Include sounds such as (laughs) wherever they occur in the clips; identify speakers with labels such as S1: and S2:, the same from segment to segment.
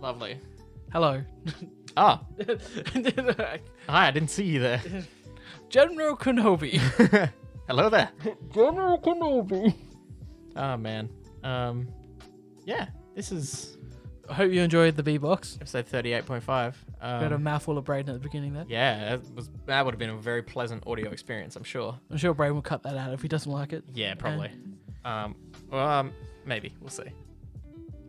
S1: Lovely.
S2: Hello. (laughs)
S1: Ah, hi, I didn't see you (laughs) there.
S2: General Kenobi.
S1: Hello there.
S2: General Kenobi.
S1: Oh, man. Um, yeah, this is
S2: I hope you enjoyed the B-Box.
S1: episode 38.5.
S2: We had a
S1: Um,
S2: mouthful of Braden at the beginning there.
S1: yeah, that, was, that would have been a very pleasant audio experience, I'm sure.
S2: I'm sure Braden will cut that out if he doesn't like it.
S1: Yeah, probably. Um, well, um, maybe. We'll see.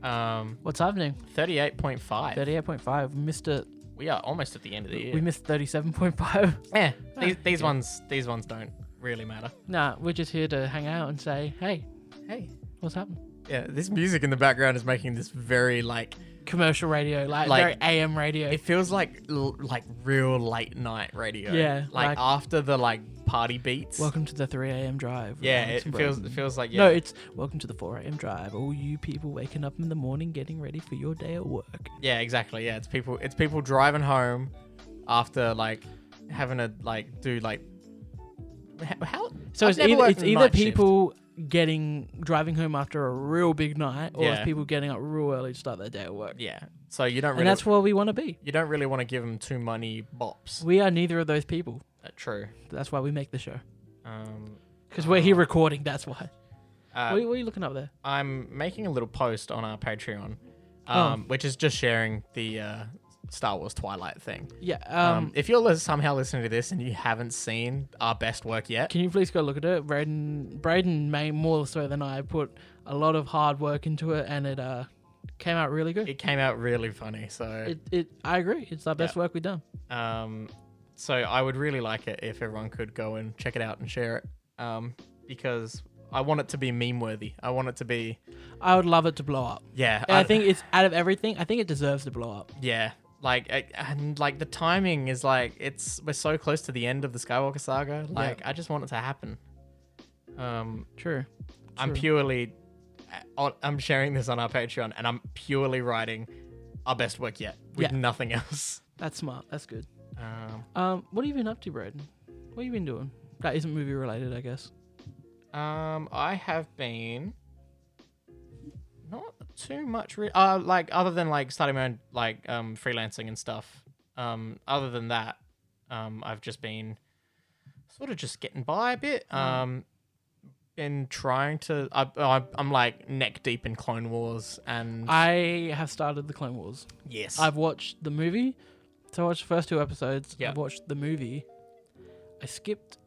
S1: Um,
S2: What's happening?
S1: 38.5.
S2: 38.5. We missed it.
S1: We are almost at the end of the year.
S2: We missed 37.5.
S1: yeah, these, these
S2: yeah.
S1: ones these ones don't really matter.
S2: (laughs) Nah, we're just here to hang out and say, hey,
S1: Hey.
S2: what's happening?
S1: Yeah, this music in the background is making this very like
S2: Commercial radio, like,
S1: Like-
S2: very AM radio.
S1: it feels like l- like real late night radio.
S2: Yeah,
S1: like,
S2: like-
S1: after the like party beats.
S2: Welcome to the 3 a.m. drive. with
S1: yeah, it
S2: Alex and
S1: feels
S2: Braden.
S1: it feels like yeah.
S2: No, it's welcome to the 4 a.m. drive. All you people waking up in the morning getting ready for your day at work.
S1: yeah, exactly. Yeah, it's people it's people driving home after like having to like do like h- how
S2: So
S1: I've
S2: it's
S1: never
S2: either,
S1: worked
S2: it's
S1: a
S2: either
S1: night shift.
S2: people getting driving home after a real big night, or
S1: Yeah.
S2: it's people getting up real early to start their day at work.
S1: yeah. So you don't
S2: And
S1: really
S2: that's where we want to be.
S1: you don't really want to give them too many bops.
S2: We are neither of those people.
S1: Uh, true.
S2: That's why we make the show.
S1: Um,
S2: Because we're here recording, that's why.
S1: uh,
S2: what, are you- what are you looking up there?
S1: I'm making a little post on our Patreon,
S2: Oh.
S1: um, which is just sharing the uh, Star Wars Twilight thing.
S2: Yeah.
S1: Um,
S2: Um,
S1: if you're lis- somehow listening to this and you haven't seen our best work yet,
S2: can you please go look at it? Braden, Braden, may more so than I, put a lot of hard work into it, and it uh, came out really good.
S1: it came out really funny. So,
S2: It, it, I agree. It's our best work we've done.
S1: um, so I would really like it if everyone could go and check it out and share it, um, because I want it to be meme worthy. I want it to be,
S2: I would love it to blow up.
S1: yeah.
S2: And I think it's out of everything. I think it deserves to blow up.
S1: Yeah. Like I- and like the timing is like it's we're so close to the end of the Skywalker saga. Like I just want it to happen. Um,
S2: True.
S1: I'm
S2: True.
S1: purely, I- I'm sharing this on our Patreon, and I'm purely writing our best work yet with
S2: Yeah.
S1: nothing else.
S2: That's smart. That's good.
S1: Um,
S2: Um, what have you been up to, Braden? What have you been doing? That isn't movie related, I guess.
S1: um, I have been not too much, re- uh, like other than like starting my own like um freelancing and stuff. Um, other than that, um, I've just been sort of just getting by a
S2: Mm.
S1: bit. Um. Been trying to, I, I, I'm like neck deep in Clone Wars, and
S2: I have started the Clone Wars.
S1: yes,
S2: I've watched the movie. So I watched the first two episodes.
S1: Yeah.
S2: I've watched the movie. I skipped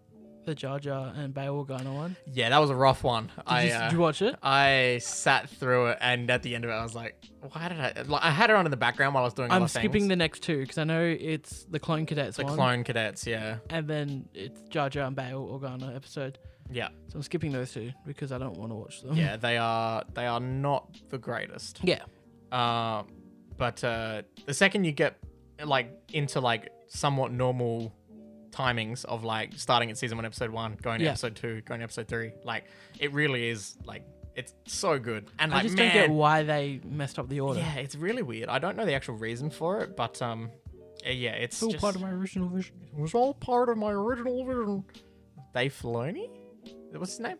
S2: the Jar Jar and Bail Organa one.
S1: yeah, that was a rough one.
S2: Did,
S1: I
S2: you,
S1: uh,
S2: did you watch it?
S1: I sat through it, and at the end of it, I was like, "Why did I?" Like, I had it on in the background while I was doing.
S2: I'm
S1: other
S2: skipping
S1: things.
S2: the next two because I know it's the Clone Cadets
S1: the
S2: one,
S1: clone cadets. Yeah,
S2: and then it's Jar Jar and Bail Organa episode.
S1: yeah,
S2: So I'm skipping those two because I don't want to watch them.
S1: yeah. They are they are not the greatest.
S2: (laughs) Yeah.
S1: Uh, but uh, the second you get like into like somewhat normal timings of like starting at season one, episode one, going to
S2: Yeah.
S1: episode two, going to episode three, like it really is like it's so good. And
S2: I
S1: like
S2: just
S1: man,
S2: don't get why they messed up the order.
S1: yeah, it's really weird. I don't know the actual reason for it, but um, uh, yeah, it's
S2: It's all
S1: just,
S2: part of my original vision.
S1: It was all part of my original vision. Dave Filoni? What's his name?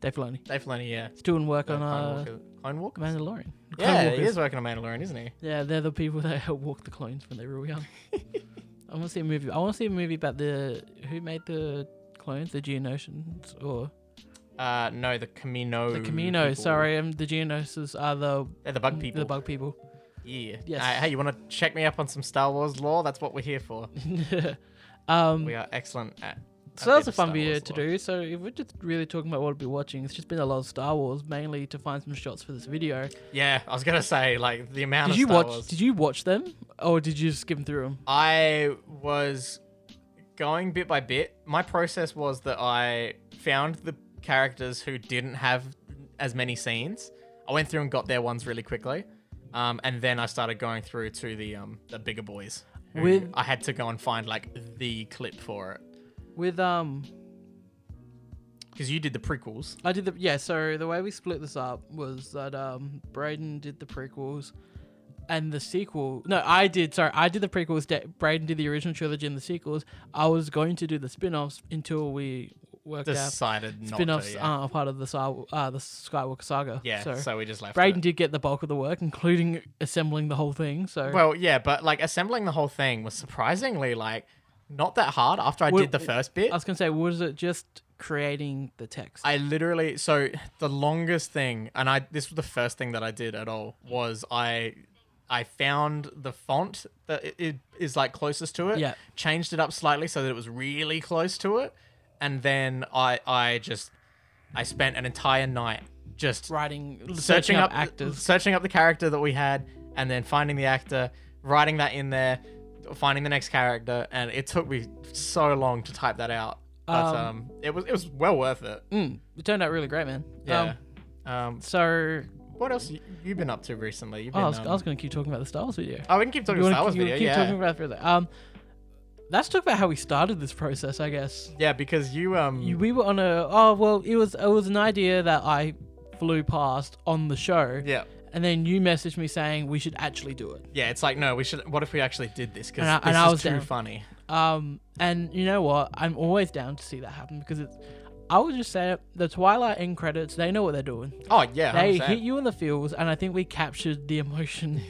S2: Dave Filoni.
S1: Dave Filoni, yeah.
S2: He's doing work on
S1: Clone
S2: uh,
S1: Walker. Clone Walker?
S2: Mandalorian.
S1: Yeah,
S2: Clone
S1: he
S2: Walkers.
S1: is working on Mandalorian, isn't he?
S2: Yeah, they're the people that (laughs) help walk the clones when they
S1: (laughs)
S2: were young. I want to see a movie. I want to see a movie about the who made the clones, the Geonosians or
S1: Uh, no, Oh, the Camino.
S2: the Camino.
S1: people.
S2: Sorry, um, the Geonosians are the
S1: They're the bug people.
S2: The bug people.
S1: Yeah.
S2: Yes.
S1: Uh, hey, you want to check me up on some Star Wars lore? That's what we're here
S2: (laughs)
S1: for.
S2: um,
S1: We are excellent at.
S2: so that
S1: bit
S2: was a
S1: of
S2: fun
S1: Star
S2: video
S1: Wars
S2: to
S1: lore.
S2: do. So if we're just really talking about what we'll be watching, it's just been a lot of Star Wars, mainly to find some shots for this video.
S1: Yeah, I was gonna say like the amount
S2: Did
S1: of
S2: you
S1: Star
S2: watch?
S1: Wars-
S2: Did you watch them, or did you just skim through them?
S1: I was going bit by bit. My process was that I found the characters who didn't have as many scenes. I went through and got their ones really quickly. Um, and then I started going through to the um, the bigger boys. who
S2: With-
S1: I had to go and find like the clip for it
S2: With um,
S1: because you did the prequels.
S2: I did the yeah. So the way we split this up was that um, Braden did the prequels, and the sequel. No, I did. Sorry, I did the prequels. Da- Braden did the original trilogy and the sequels. I was going to do the spin-offs until we worked out.
S1: decided not
S2: Spin-offs
S1: to. Yeah,
S2: aren't a part of the Star, uh, the Skywalker saga.
S1: yeah
S2: so,
S1: so. we just left.
S2: Braden
S1: it.
S2: did get the bulk of the work, including assembling the whole thing. So
S1: Well, yeah, but like assembling the whole thing was surprisingly like not that hard after I
S2: Well, uh,
S1: did the first bit.
S2: I was gonna say, was it just creating the text?
S1: I literally so the longest thing, and I this was the first thing that I did at all was I I found the font that it, it is like closest to it.
S2: Yeah.
S1: Changed it up slightly so that it was really close to it, and then I I just I spent an entire night just
S2: Writing, searching,
S1: searching
S2: up,
S1: up
S2: actors.
S1: searching up the character that we had, and then finding the actor, writing that in there, finding the next character, and it took me so long to type that out. But um,
S2: Um,
S1: it was it was well worth it.
S2: Mm, it turned out really great, man.
S1: Yeah.
S2: Um,
S1: Um,
S2: so
S1: what else you, you been up to recently? You've
S2: oh,
S1: been,
S2: I was,
S1: um,
S2: I was gonna keep talking about the Star Wars video.
S1: oh, we can keep talking
S2: You
S1: about
S2: wanna
S1: Star Wars
S2: keep-
S1: video.
S2: you wanna
S1: Yeah.
S2: keep talking about that. Um, let's talk about how we started this process, I guess.
S1: yeah, because you um
S2: You- We were on a oh well, it was it was an idea that I flew past on the show,
S1: yeah.
S2: and then you messaged me saying we should actually do it.
S1: Yeah, it's like no. We should. What if we actually did this? Because
S2: And I-
S1: this
S2: and I
S1: is
S2: was
S1: too
S2: down.
S1: funny.
S2: Um, and you know what? I'm always down to see that happen because it's. I would just say it, the Twilight end credits. They know what they're doing.
S1: Oh yeah,
S2: They
S1: 100%.
S2: hit you in the feels, and I think we captured
S1: (laughs)
S2: the emotion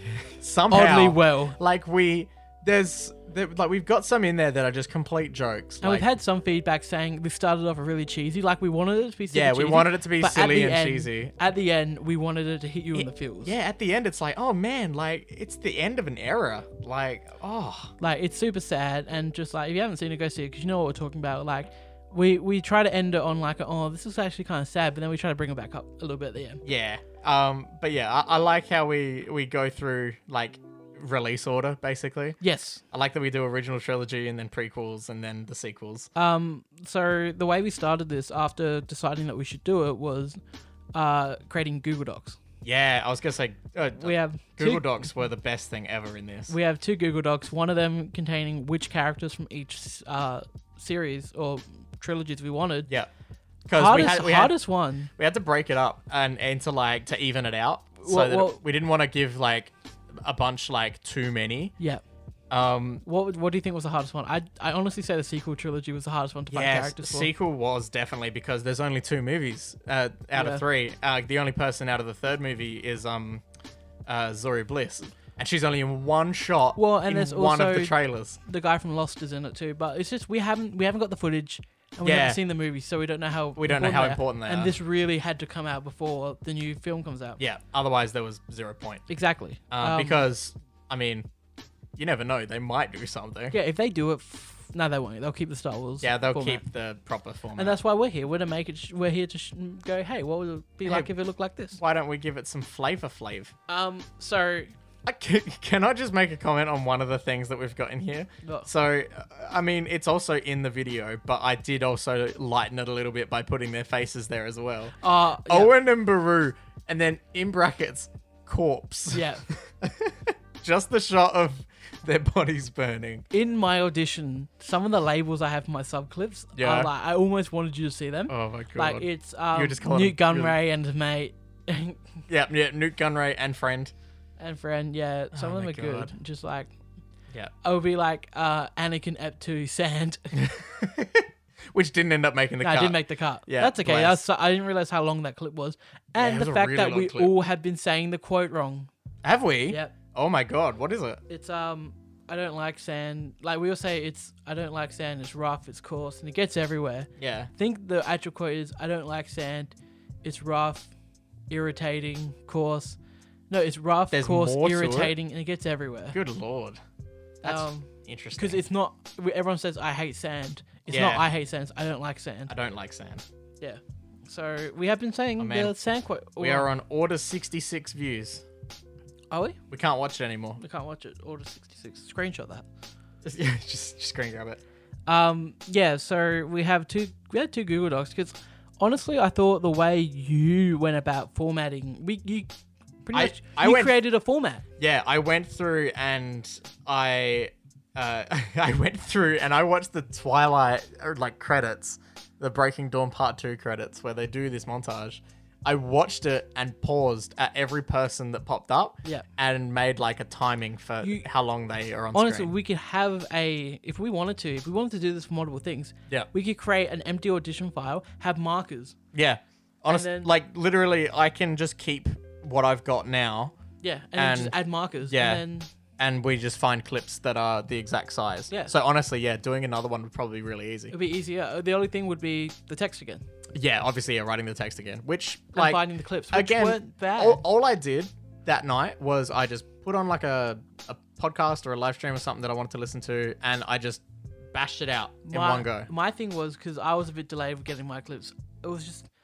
S1: somehow
S2: oddly well.
S1: like we there's there, like we've got some in there that are just complete jokes.
S2: And
S1: like,
S2: we've had some feedback saying this started off really cheesy. Like we wanted it to be super
S1: yeah, we
S2: cheesy,
S1: wanted it to be
S2: but at
S1: silly
S2: the
S1: and
S2: end-
S1: cheesy.
S2: At the end, we wanted it to hit you in the feels.
S1: Yeah, at the end it's like, oh man, like it's the end of an era. Like, oh
S2: like it's super sad and just like if you haven't seen it go see it because you know what we're talking about like we we try to end it on like a, oh this is actually kind of sad but then we try to bring it back up a little bit at the end
S1: yeah. Um, but yeah, I, I like how we we go through like release order basically.
S2: yes
S1: I like that we do original trilogy and then prequels and then the sequels.
S2: um so the way we started this after deciding that we should do it was uh creating google docs
S1: Yeah, I was gonna say uh,
S2: we have
S1: Google
S2: two,
S1: Docs were the best thing ever in this.
S2: we have two google docs one of them containing which characters from each uh series or trilogies we wanted
S1: yeah, because we
S2: hardest
S1: had we had
S2: hardest one
S1: we had to break it up and and to like to even it out so
S2: Well-
S1: that
S2: well-
S1: we didn't want to give like a bunch like too many
S2: yeah
S1: um
S2: what what do you think was the hardest one i i honestly say the sequel trilogy was the hardest one to find
S1: yeah
S2: characters for
S1: sequel was definitely because there's only two movies uh, out
S2: Yeah.
S1: of three uh, the only person out of the third movie is um uh zori bliss and she's only in one shot
S2: Well, and
S1: in
S2: there's
S1: one of the
S2: also-
S1: trailers
S2: the guy from Lost is in it too, but it's just we haven't we haven't got the footage and we
S1: Yeah.
S2: haven't seen the movie, so we don't know how
S1: We don't know how important they
S2: and
S1: are.
S2: this really had to come out before the new film comes out.
S1: yeah otherwise there was zero point
S2: exactly.
S1: uh,
S2: Um,
S1: because i mean you never know they might do something yeah,
S2: yeah, if they do it, f- no, they won't. They'll keep the Star Wars.
S1: they'll
S2: format.
S1: keep the proper format
S2: And that's why we're here. We're to make it. Sh- we're here to sh- go. Hey, what would it be like if it looked like this?
S1: why don't we give it some flavor flavor
S2: Um. So
S1: I can, (laughs) can I just make a comment on one of the things that we've got in here?
S2: No.
S1: So, uh, I mean, it's also in the video, but I did also lighten it a little bit by putting their faces there as well.
S2: uh, yeah,
S1: Owen and Baru, and then in brackets, corpse.
S2: yeah.
S1: (laughs) just the shot of their bodies burning.
S2: In my audition, some of the labels I have for my sub clips,
S1: Yeah.
S2: are like I almost wanted you to see them.
S1: Oh my god.
S2: like it's um,
S1: were just calling
S2: Newt
S1: them- you were-
S2: Gunray and mate.
S1: yeah, yeah, Newt Gunray and friend.
S2: (laughs) and friend. Yeah, some
S1: Oh
S2: of them
S1: my
S2: are
S1: God.
S2: good. Just like
S1: Yeah.
S2: I would be like uh, Anakin Ep
S1: (laughs)
S2: Two Sand.
S1: Which didn't end up making the
S2: no,
S1: cut.
S2: (laughs) I did make the cut.
S1: Yeah,
S2: that's okay.
S1: bless.
S2: That's, I didn't realize how long that clip was, and
S1: it was
S2: the
S1: a
S2: fact
S1: really
S2: that
S1: long
S2: we
S1: clip.
S2: all have been saying the quote wrong.
S1: Have we?
S2: Yep,
S1: Oh my god, what is it?
S2: it's um. I don't like sand. Like we all say, it's I don't like sand. It's rough. It's coarse, and it gets everywhere.
S1: Yeah.
S2: I think the actual quote is I don't like sand. It's rough, irritating, coarse. No, it's rough,
S1: There's
S2: coarse,
S1: more to it?
S2: irritating, and it gets everywhere.
S1: Good lord. That's
S2: Um,
S1: interesting.
S2: because it's not we- everyone says i hate sand it's not
S1: Yeah.
S2: i hate sand it's, i don't like
S1: I
S2: sand
S1: don't like sand.
S2: yeah so we have been saying
S1: man.
S2: the sand quote
S1: We are on order 66 views.
S2: are we
S1: We can't watch it anymore. (laughs)
S2: we can't watch it order 66 screenshot that
S1: Just, yeah, just, just screen grab it.
S2: um yeah so we have two we had two google docs because honestly i thought the way you went about formatting we you pretty
S1: I-
S2: much
S1: I
S2: you
S1: went-
S2: created a format
S1: Yeah, I went through and I, uh, (laughs) I went through and I watched the Twilight or like credits, the Breaking Dawn Part Two credits where they do this montage, I watched it and paused at every person that popped up
S2: Yeah.
S1: and made like a timing for
S2: You-
S1: how long they are on
S2: Honestly,
S1: screen.
S2: we could have a if we wanted to, if we wanted to do this for multiple things,
S1: Yeah.
S2: we could create an empty audition file, have markers.
S1: Yeah. Honestly,
S2: then-
S1: like literally, I can just keep what I've got now
S2: Yeah, and,
S1: And-
S2: just add markers.
S1: yeah.
S2: And then
S1: and we just find clips that are the exact size.
S2: Yeah.
S1: So honestly, yeah, doing another one would probably be really easy.
S2: it'd be easier. The only thing would be the text again.
S1: Yeah, obviously, yeah, writing the text again, which
S2: Like,
S1: like
S2: and finding the clips. Which
S1: again,
S2: weren't bad.
S1: all, all I did that night was I just put on like a, a podcast or a live stream or something that I wanted to listen to, and I just bashed it out in
S2: my,
S1: one go.
S2: My thing was because I was a bit delayed with getting my clips. It was just. (laughs)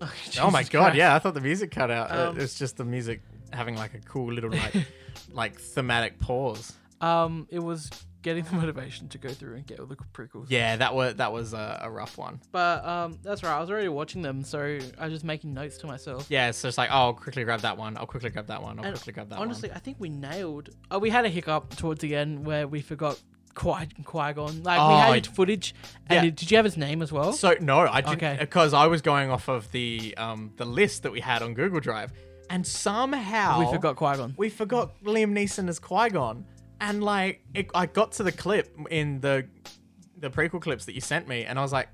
S1: Oh my
S2: (laughs) Jesus
S1: god,
S2: Christ.
S1: yeah, I thought the music cut out. Uh,
S2: Um,
S1: it's just the music having like a cool
S2: (laughs)
S1: little like like thematic pause.
S2: Um, it was getting the (laughs) motivation to go through and get all the prequels.
S1: Yeah, that was that was a, a rough one.
S2: But um, that's right. I was already watching them, so I was just making notes to myself.
S1: Yeah, it's just like oh, I'll quickly grab that one. I'll quickly grab that one. I'll
S2: And
S1: quickly grab that
S2: Honestly, I think we nailed. Oh, we had a hiccup towards the end where we forgot Qui Qui Gon. Like we
S1: Oh,
S2: had his footage. And
S1: yeah.
S2: did- did you have his name as well?
S1: one. So no, I didn't
S2: Okay.
S1: because I was going off of the um the list that we had on Google Drive, and somehow
S2: we forgot Qui Gon.
S1: we forgot Liam Neeson as Qui Gon, and like it, I got to the clip in the the prequel clips that you sent me, and I was like,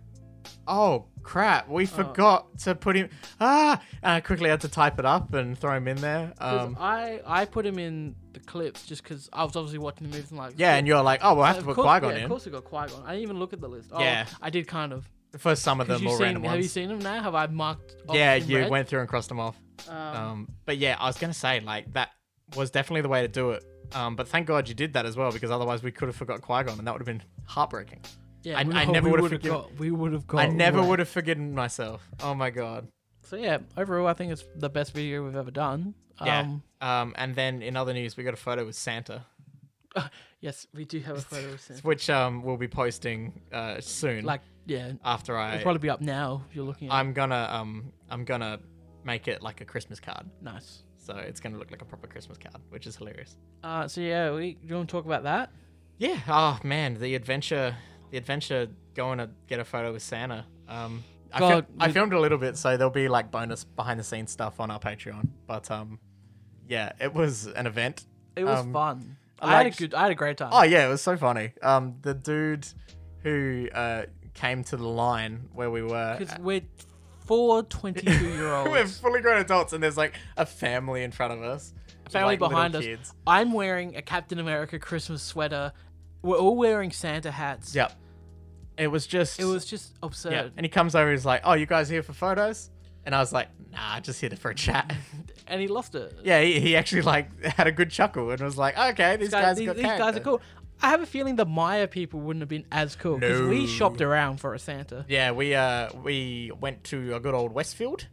S1: oh crap,
S2: Uh.
S1: we forgot to put him. Ah, and I quickly had to type it up and throw him in there.
S2: 'Cause
S1: Um,
S2: I I put him in the clips just because I was obviously watching the movies and like
S1: yeah, and you're like, oh, we'll have to
S2: Of
S1: put
S2: course-
S1: Qui Gon
S2: yeah, Of
S1: in
S2: course, we got Qui Gon. I didn't even look at the list. Oh,
S1: Yeah.
S2: I did kind of.
S1: for some of the
S2: 'Cause you've
S1: more
S2: seen-
S1: random
S2: have
S1: ones.
S2: you seen them now? Have I marked? off
S1: yeah,
S2: in
S1: you
S2: red?
S1: went through and crossed them off.
S2: Um,
S1: Um, but yeah, I was gonna say like that was definitely the way to do it. Um, but thank God you did that as well, because otherwise we could have forgot Qui Gon, and that would have been heartbreaking.
S2: yeah,
S1: I-
S2: we-
S1: I
S2: oh,
S1: never
S2: we
S1: would've
S2: would've
S1: forgiven-
S2: got- We would have got.
S1: I never
S2: wrecked.
S1: would have forgiven myself. Oh my god.
S2: So yeah, overall, I think it's the best video we've ever done.
S1: Yeah.
S2: Um,
S1: Um, and then in other news, we got a photo with Santa,
S2: yes, we do have a photo of Santa.
S1: which um we'll be posting uh soon.
S2: Like, yeah,
S1: after I,
S2: it'll probably be up now if you're looking. at it.
S1: I'm gonna um I'm gonna make it like a Christmas card,
S2: Nice.
S1: so it's gonna look like a proper Christmas card, which is hilarious.
S2: Uh, so yeah, we do you want to talk about that?
S1: Yeah. Oh man, the adventure, the adventure going to get a photo with Santa. Um, I, fil-
S2: God,
S1: I
S2: we-
S1: filmed a little bit, so there'll be like bonus behind the scenes stuff on our Patreon. But um, yeah, it was an event.
S2: It was
S1: Um,
S2: fun.
S1: I
S2: I, had a
S1: liked-
S2: good. I had a great time.
S1: Oh yeah, it was so funny. Um, the dude who uh came to the line where we were.
S2: Because we're
S1: (laughs)
S2: four 22 year
S1: We're
S2: olds.
S1: fully grown adults, and there's like a family in front of us. with,
S2: family
S1: like, little
S2: behind us.
S1: Kids.
S2: I'm wearing a Captain America Christmas sweater. We're all wearing Santa hats.
S1: Yep. It was just.
S2: It was just absurd.
S1: Yeah. And he comes over. He's like, "Oh, you guys here for photos?" And I was like, "Nah, just here for a chat." (laughs)
S2: And he lost it.
S1: yeah, he, he actually like (laughs) had a good chuckle and was like, "Okay, these
S2: Guys,
S1: guys,
S2: these,
S1: got
S2: these guys
S1: character."
S2: are cool. I have a feeling the Maya people wouldn't have been as cool because
S1: No.
S2: we shopped around for a Santa.
S1: Yeah, we uh we went to a good old Westfield.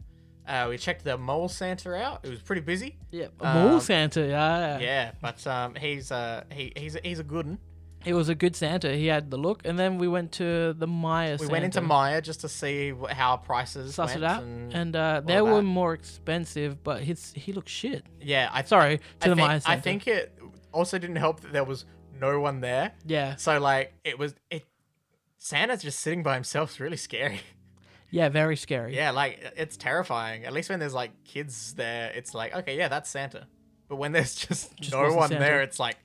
S1: Uh, we checked the mole Santa out. It was pretty busy.
S2: Yeah, a
S1: Um,
S2: mall Santa. Yeah.
S1: Yeah, but um, he's uh he he's a, he's a good one.
S2: it was a good Santa. He had the look, and then we went to the Maya.
S1: We went into Maya just to see wh- how prices
S2: suss
S1: went
S2: it out,
S1: and,
S2: and, uh, they
S1: of
S2: were
S1: that.
S2: more expensive, but his he looked shit.
S1: yeah, I
S2: Sorry to
S1: I
S2: the
S1: think,
S2: Maya
S1: I
S2: Santa.
S1: think it also didn't help that there was no one there.
S2: yeah,
S1: So like it was it Santa's just sitting by himself is really scary. (laughs)
S2: yeah, very scary.
S1: Yeah, like it's terrifying. At least when there's like kids there, it's like, okay, yeah, that's Santa. But when there's (laughs) just, no
S2: wasn't
S1: one
S2: Santa.
S1: there, it's like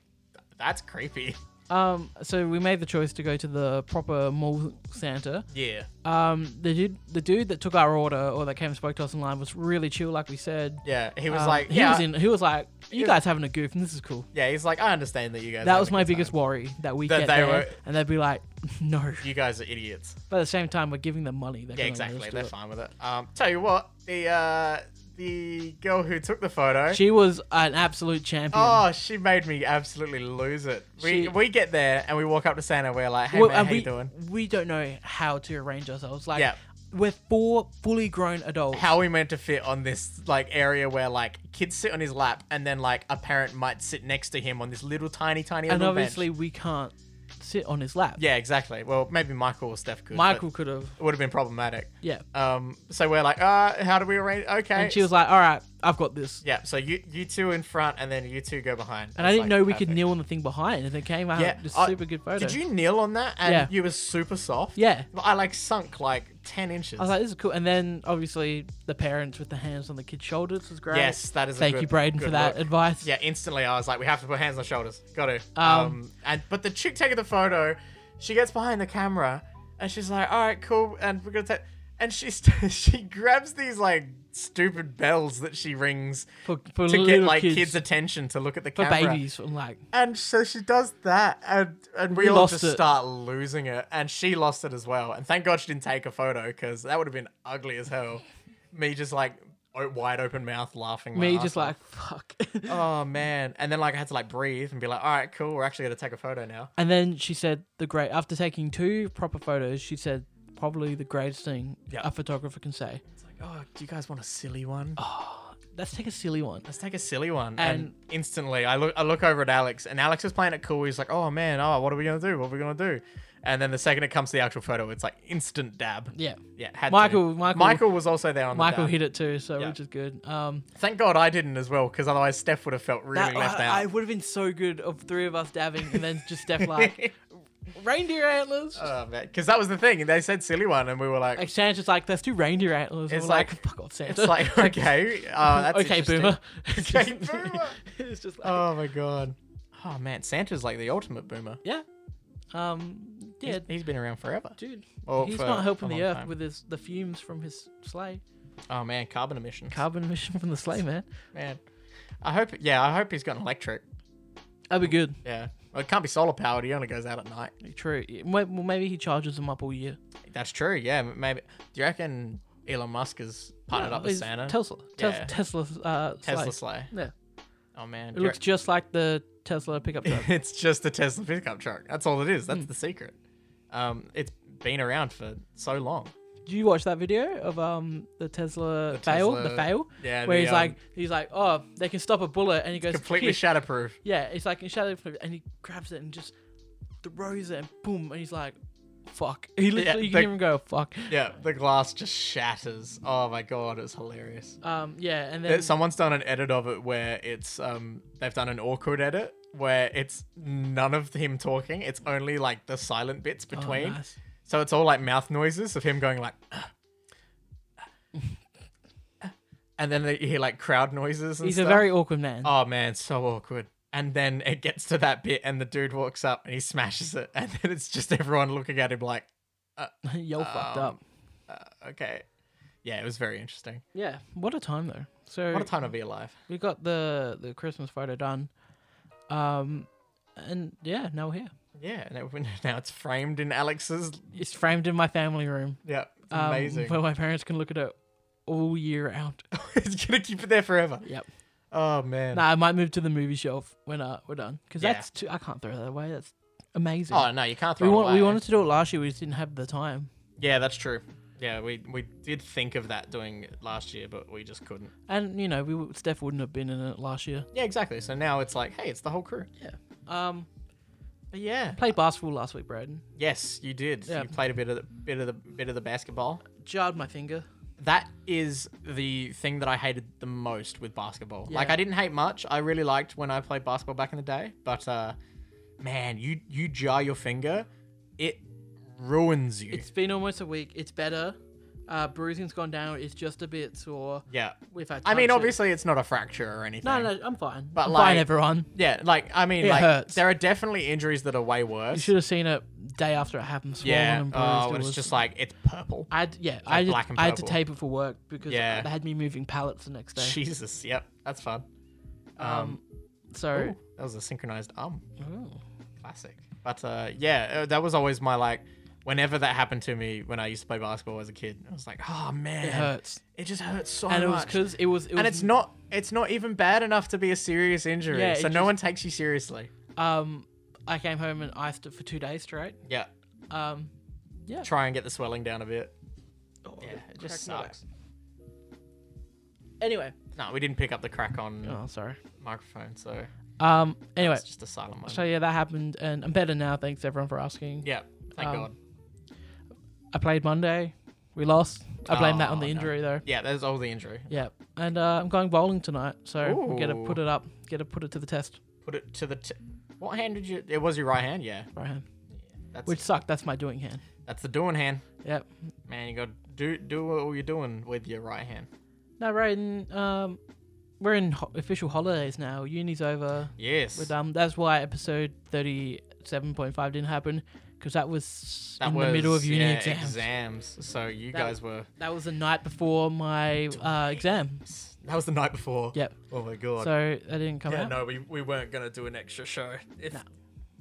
S1: that's creepy. (laughs)
S2: Um, so we made the choice to go to the proper mall Santa.
S1: Yeah.
S2: Um, the dude, the dude that took our order or that came and spoke to us online was really chill, like we said.
S1: Yeah. He was
S2: Um,
S1: like
S2: he
S1: yeah,
S2: was in. He was like,
S1: He-
S2: "You guys having a goof, and this is cool."
S1: yeah, he's like, I understand that you guys
S2: That
S1: had
S2: was
S1: a
S2: my
S1: good
S2: biggest
S1: time.
S2: worry that we
S1: That
S2: get
S1: they
S2: there
S1: were-
S2: and they'd be like, (laughs) "No."
S1: You guys are idiots.
S2: But at the same time, we're giving them money. They're
S1: Yeah,
S2: gonna
S1: exactly.
S2: let
S1: They're
S2: us do
S1: fine with it. Um tell you what, the uh the girl who took the photo
S2: it. She was an absolute champion.
S1: Oh, she made me absolutely lose it. We
S2: She-
S1: we get there and we walk up to Santa. We're like, "Hey
S2: Well,
S1: man,
S2: and
S1: how
S2: we,
S1: you doing?
S2: we don't know how to arrange ourselves. Like,
S1: Yeah.
S2: we're four fully grown adults.
S1: how are we meant to fit on this like area where like kids sit on his lap and then like a parent might sit next to him on this little tiny tiny
S2: and
S1: little
S2: obviously,
S1: bench.
S2: we can't sit on his lap.
S1: yeah exactly well maybe michael or steph could but
S2: Michael could have.
S1: it would have been problematic
S2: Yeah.
S1: um so we're like uh how do we arrange okay
S2: And she was like, "All right, I've got this."
S1: yeah so you you two in front and then you two go behind
S2: And I didn't know we could kneel on the thing behind, and it came out
S1: yeah
S2: just
S1: I-
S2: super good photo.
S1: did you kneel on that and
S2: Yeah.
S1: you were super soft
S2: Yeah.
S1: i like sunk like ten inches.
S2: I was like, this is cool. And then obviously the parents with the hands on the kid's shoulders was great.
S1: yes, that is.
S2: Thank
S1: a good,
S2: you, Braden,
S1: good
S2: for that
S1: look.
S2: advice.
S1: Yeah, instantly I was like, we have to put hands on shoulders. Got to. Um,
S2: Um,
S1: and but the chick taking the photo, she gets behind the camera and she's like, all right, cool, and we're gonna take. And she st- (laughs) she grabs these like stupid bells that she rings
S2: For, for
S1: to get
S2: little
S1: like kids.
S2: kids,
S1: attention to look at the
S2: for
S1: camera.
S2: babies. I'm like,
S1: And so she does that, and and we,
S2: We
S1: all
S2: lost
S1: just
S2: it.
S1: start losing it. And she lost it as well. And thank God she didn't take a photo because that would have been ugly as hell. Me just like o- wide open mouth laughing. my
S2: me
S1: ass
S2: just
S1: off.
S2: like, fuck. (laughs)
S1: oh man. And then like I had to like breathe and be like, all right, cool. We're actually gonna take a photo now.
S2: and then she said the great after taking two proper photos, she said probably the greatest thing
S1: Yeah.
S2: a photographer can say.
S1: It's like, oh, do you guys want a silly one?
S2: Let's take a silly one.
S1: Let's take a silly one. And,
S2: Oh. And-
S1: instantly, I look I look over at Alex, and Alex is playing it cool. He's like, oh man, oh, what are we gonna do? What are we gonna do? And then the second it comes to the actual photo, it's like instant dab.
S2: Yeah.
S1: Yeah, had to.
S2: Michael- Michael-
S1: Michael was also there on
S2: Michael
S1: the dab.
S2: hit it too, so
S1: Yeah.
S2: which is good. Um,
S1: Thank God I didn't as well, because otherwise Steph would have felt really
S2: that,
S1: left
S2: I, I
S1: out.
S2: would have been so good of three of us dabbing, and then
S1: (laughs)
S2: just Steph like reindeer antlers.
S1: Oh man, because that was the thing. They said silly one, and we were like,
S2: Like Santa's just like, let's do reindeer antlers.
S1: It's
S2: It's like,
S1: like-
S2: fuck off, Santa.
S1: it's like
S2: (laughs)
S1: okay, uh, that's
S2: okay,
S1: interesting. (laughs)
S2: boomer. It's
S1: Okay,
S2: (laughs) just-
S1: boomer.
S2: it's just like,
S1: Oh my god. Oh man, Santa's like the ultimate boomer.
S2: yeah. Um, yeah,
S1: He's- he's been around forever.
S2: dude.
S1: Well,
S2: he's
S1: for
S2: not
S1: a
S2: helping
S1: long
S2: the earth
S1: time.
S2: with his the fumes from his sleigh,
S1: Oh man, carbon emissions.
S2: carbon (laughs) emission from the sleigh, man.
S1: man, I hope. Yeah, I hope he's got an electric.
S2: That'd be good.
S1: Yeah, well, it can't be solar powered. He only goes out at night.
S2: True. Yeah, Well, well, maybe he charges them up all year.
S1: That's true. Yeah, m- maybe. Do you reckon Elon Musk has partnered
S2: Yeah,
S1: up with
S2: he's
S1: Santa?
S2: Tesla.
S1: Yeah.
S2: Tes- Tesla. Uh,
S1: Tesla
S2: sleigh.
S1: sleigh.
S2: Yeah.
S1: Oh man,
S2: It looks just like the
S1: (laughs)
S2: Tesla pickup truck.
S1: it's just a Tesla pickup truck. That's all it is.
S2: Hmm.
S1: That's the secret. Um, it's been around for so long.
S2: Did you watch that video of um the Tesla fail?
S1: Tesla-
S2: The fail?
S1: yeah,
S2: Where
S1: the,
S2: he's
S1: um,
S2: like, he's like, oh, they can stop a bullet, and he goes
S1: Completely
S2: "Here."
S1: shatterproof.
S2: Yeah, it's like in shadow, flip, and he grabs it and just throws it, and boom, and he's like, fuck. (laughs) He literally, you
S1: the-
S2: can even go, fuck.
S1: Yeah, the glass just shatters. Oh my god, it's hilarious.
S2: Um, yeah, and
S1: There-
S2: then
S1: Someone's done an edit of it where it's um they've done an awkward edit where it's none of him talking. It's only like the silent bits
S2: Oh,
S1: between.
S2: nice.
S1: So it's all like mouth noises of him going like, (laughs) and then you hear like crowd noises. And
S2: He's
S1: stuff.
S2: a very awkward man.
S1: oh man, so awkward. And then it gets to that bit, and the dude walks up and he smashes it, (laughs) and then it's just everyone looking at him like,
S2: (laughs) Yo, fucked
S1: um,
S2: up.
S1: uh, okay, yeah, it was very interesting.
S2: Yeah, what a time though. So
S1: What a time to be alive.
S2: we got the the Christmas photo done, um, and yeah, now we're here.
S1: Yeah, and it, (laughs) now it's framed in Alex's.
S2: It's framed in my family room.
S1: Yeah, it's
S2: um,
S1: amazing.
S2: Where my parents can look at it all year round.
S1: (laughs) it's gonna keep it there forever.
S2: Yep.
S1: Oh man.
S2: Nah, I might move to the movie shelf when uh, we're done because
S1: Yeah.
S2: that's too. I can't throw that away. That's amazing.
S1: Oh no, you can't throw
S2: we
S1: it
S2: want,
S1: away.
S2: we wanted to do it last year. We just didn't have the time.
S1: Yeah, that's true. Yeah, we we did think of that doing it last year, but we just couldn't.
S2: And you know, we w- Steph wouldn't have been in it last year.
S1: Yeah, exactly. So now it's like, hey, it's the whole crew.
S2: Yeah. Um,
S1: But yeah.
S2: played basketball last week, Braden.
S1: Yes, you did.
S2: Yeah.
S1: You played a bit of the, bit of the bit of the basketball.
S2: Jarred my finger.
S1: That is the thing that I hated the most with basketball. Like
S2: Yeah.
S1: I didn't hate much. I really liked when I played basketball back in the day, but uh man, you you jar your finger, it ruins you.
S2: It's been almost a week. It's better. Uh, bruising's gone down. It's just a bit sore.
S1: yeah.
S2: If I,
S1: I mean,
S2: touch it-
S1: obviously it's not a fracture or anything.
S2: No, no, I'm fine.
S1: But
S2: I'm
S1: like-
S2: fine, everyone.
S1: Yeah, like I mean,
S2: It
S1: like
S2: hurts.
S1: there are definitely injuries that are way worse.
S2: You should have seen it day after it happened. Swollen
S1: Yeah.
S2: and bruised.
S1: Oh,
S2: It
S1: and it's
S2: was-
S1: just like it's
S2: (laughs)
S1: purple.
S2: I had, yeah,
S1: like
S2: I,
S1: black
S2: had,
S1: and
S2: I had to
S1: purple.
S2: tape it for work because
S1: Yeah.
S2: they had me moving pallets the next day.
S1: Jesus. Yep. That's fun. Um.
S2: so
S1: ooh, that was a synchronized um.
S2: Ooh.
S1: Classic. But uh, yeah, uh, that was always my like. Whenever that happened to me when I used to play basketball as a kid, I was like, oh man,
S2: it hurts,
S1: It just hurts so
S2: and it was
S1: much.
S2: because it was, it was,
S1: and it's not. It's not even bad enough to be a serious injury.
S2: Yeah,
S1: so
S2: it
S1: no
S2: just-
S1: one takes you seriously.
S2: um, I came home and iced it for two days straight.
S1: Yeah.
S2: Um, yeah,
S1: Try and get the swelling down a bit.
S2: Oh,
S1: Yeah. It
S2: crack
S1: just
S2: my back.
S1: sucks.
S2: Anyway,
S1: No, we didn't pick up the crack on
S2: oh sorry.
S1: microphone, so
S2: Um, anyway,
S1: it's just a silent moment.
S2: so yeah, that happened, and I'm better now. Thanks everyone for asking.
S1: Yeah. Thank
S2: Um,
S1: God.
S2: I played Monday, we lost. I blame that
S1: Oh,
S2: on the
S1: no.
S2: injury though.
S1: Yeah, there's all the injury.
S2: Yeah, and uh, I'm going bowling tonight, so I'm gonna
S1: Ooh.
S2: put it up, gonna put it to the test.
S1: Put it to the. T- what hand did you? It was your right hand. Yeah.
S2: Right hand,
S1: That's
S2: which sucked. That's my doing hand.
S1: That's the doing hand.
S2: Yep.
S1: Man, you gotta do do all you're doing with your right hand.
S2: No, right. And, um, we're in ho- official holidays now. Uni's over.
S1: Yes.
S2: But um, that's why episode thirty-seven point five didn't happen because that was
S1: that
S2: in
S1: was,
S2: the middle of uni
S1: yeah,
S2: exams.
S1: exams. So you
S2: That-
S1: guys were.
S2: That was the night before my uh, exam.
S1: That was the night before.
S2: Yep.
S1: Oh my god.
S2: So that didn't come
S1: yeah,
S2: out.
S1: no, we, we weren't gonna do an extra show if
S2: No.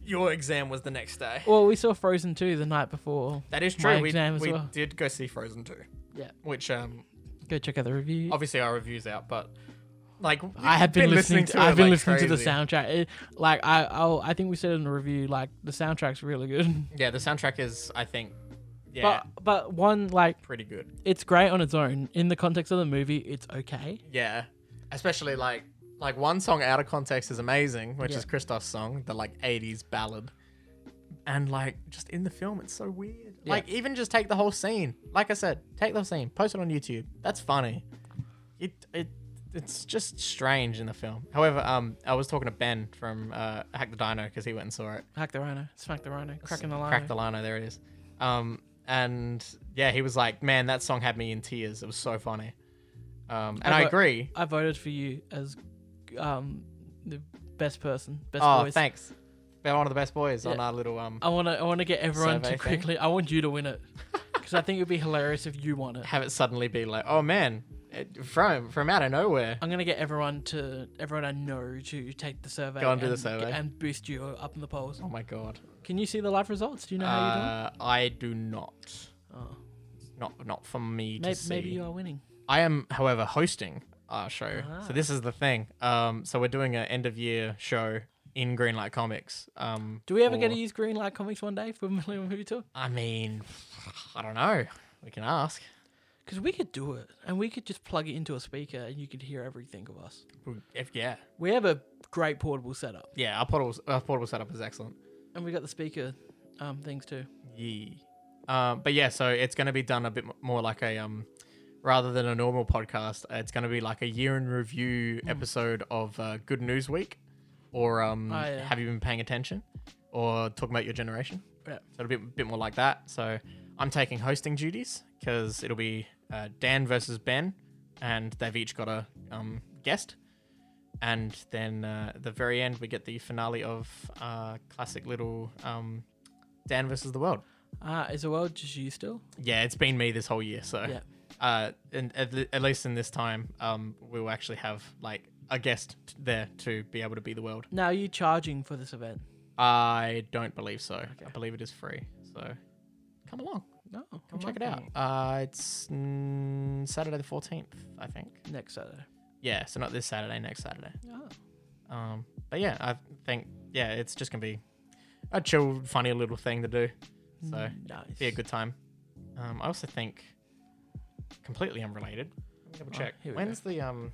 S1: your exam was the next day.
S2: Well, we saw Frozen 2 the night before.
S1: That is
S2: My
S1: true. We,
S2: exam as
S1: we
S2: well.
S1: did go see Frozen 2.
S2: Yeah.
S1: Which um
S2: Go check out the review.
S1: obviously our review's out, but like
S2: I have been, listening, to,
S1: it
S2: I've been
S1: like
S2: listening to the
S1: crazy.
S2: soundtrack. It, like I I'll, I think we said in the review like the soundtrack's really good.
S1: Yeah, the soundtrack is I think yeah
S2: But but one like
S1: pretty good.
S2: it's great on its own. In the context of the movie, it's okay.
S1: Yeah. Especially like like one song out of context is amazing, which
S2: Yeah.
S1: is Christoph's song, the like 80s ballad. And like just in the film it's so weird.
S2: Yeah.
S1: Like even just take the whole scene. Like I said, take the whole scene, post it on YouTube. That's funny. It it it's just strange in the film. However, um I was talking to Ben from uh Hack the Dino cuz he went and saw it.
S2: Hack the rhino, smack the rhino, crack in the line.
S1: Crack the Lino, there it is. Um and yeah, he was like, "Man, that song had me in tears. It was so funny." Um and I
S2: I've got-
S1: agree.
S2: I voted for you as um the best person, best
S1: oh,
S2: voice.
S1: thanks. They're one of the best boys on
S2: Yeah.
S1: our little um.
S2: I want to I want to get
S1: Survey
S2: everyone to
S1: thing?
S2: quickly. I want you to win
S1: (laughs)
S2: it because I think it would be hilarious if you won it.
S1: Have it suddenly be like, oh man, it, from from out of nowhere.
S2: I'm gonna get everyone to everyone I know to take the survey.
S1: Go and do the
S2: g-
S1: survey.
S2: and boost you up in the polls.
S1: Oh my god.
S2: Can you see the live results? Do you know how
S1: Uh, I do not.
S2: you're doing? Oh,
S1: Not not for me to
S2: maybe,
S1: see.
S2: maybe you are winning.
S1: I am, however, hosting our show.
S2: Ah.
S1: So this is the thing. Um, so we're doing an end of year show in Greenlight Comics. Um,
S2: Do we ever get
S1: for-
S2: to use green light comics one day for (laughs) Millennium Movie Tour?
S1: I mean, I don't know. We can ask.
S2: Because we could do it, and we could just plug it into a speaker, and you could hear everything of us.
S1: If yeah,
S2: We have a great portable setup,
S1: yeah, our portable our portable setup is excellent.
S2: and we got the speaker um, things too.
S1: Yeah. Um, but yeah, so it's going to be done a bit m- more like a um, rather than a normal podcast. It's going to be like a year in
S2: Hmm.
S1: review episode of uh, Good News Week, or um,
S2: Oh, yeah.
S1: Have you been paying attention? Or talking about your generation.
S2: Yeah.
S1: So it'll be a bit more like that. So I'm taking hosting duties because it'll be uh, Dan versus Ben, and they've each got a um, guest. And then uh, at the very end, we get the finale of uh, classic little um, Dan versus the world.
S2: Uh, is the world just you still?
S1: Yeah, it's been me this whole year, so
S2: Yeah.
S1: uh, and at, le- at least in this time, um, we'll actually have like a guest t- there to be able to be the world.
S2: Now are you charging for this event?
S1: I don't believe so. I
S2: Okay.
S1: believe it is free, so come along,
S2: No.
S1: come check it out. Uh, it's mm, Saturday the fourteenth, I think.
S2: Next Saturday.
S1: Yeah, so not this Saturday, next Saturday.
S2: Oh.
S1: Um, but yeah, I think yeah, it's just gonna be a chill, funny little thing to do. So
S2: nice.
S1: be a good time. Um, I also think completely unrelated. Let me double
S2: Oh,
S1: check.
S2: here we go.
S1: When's the um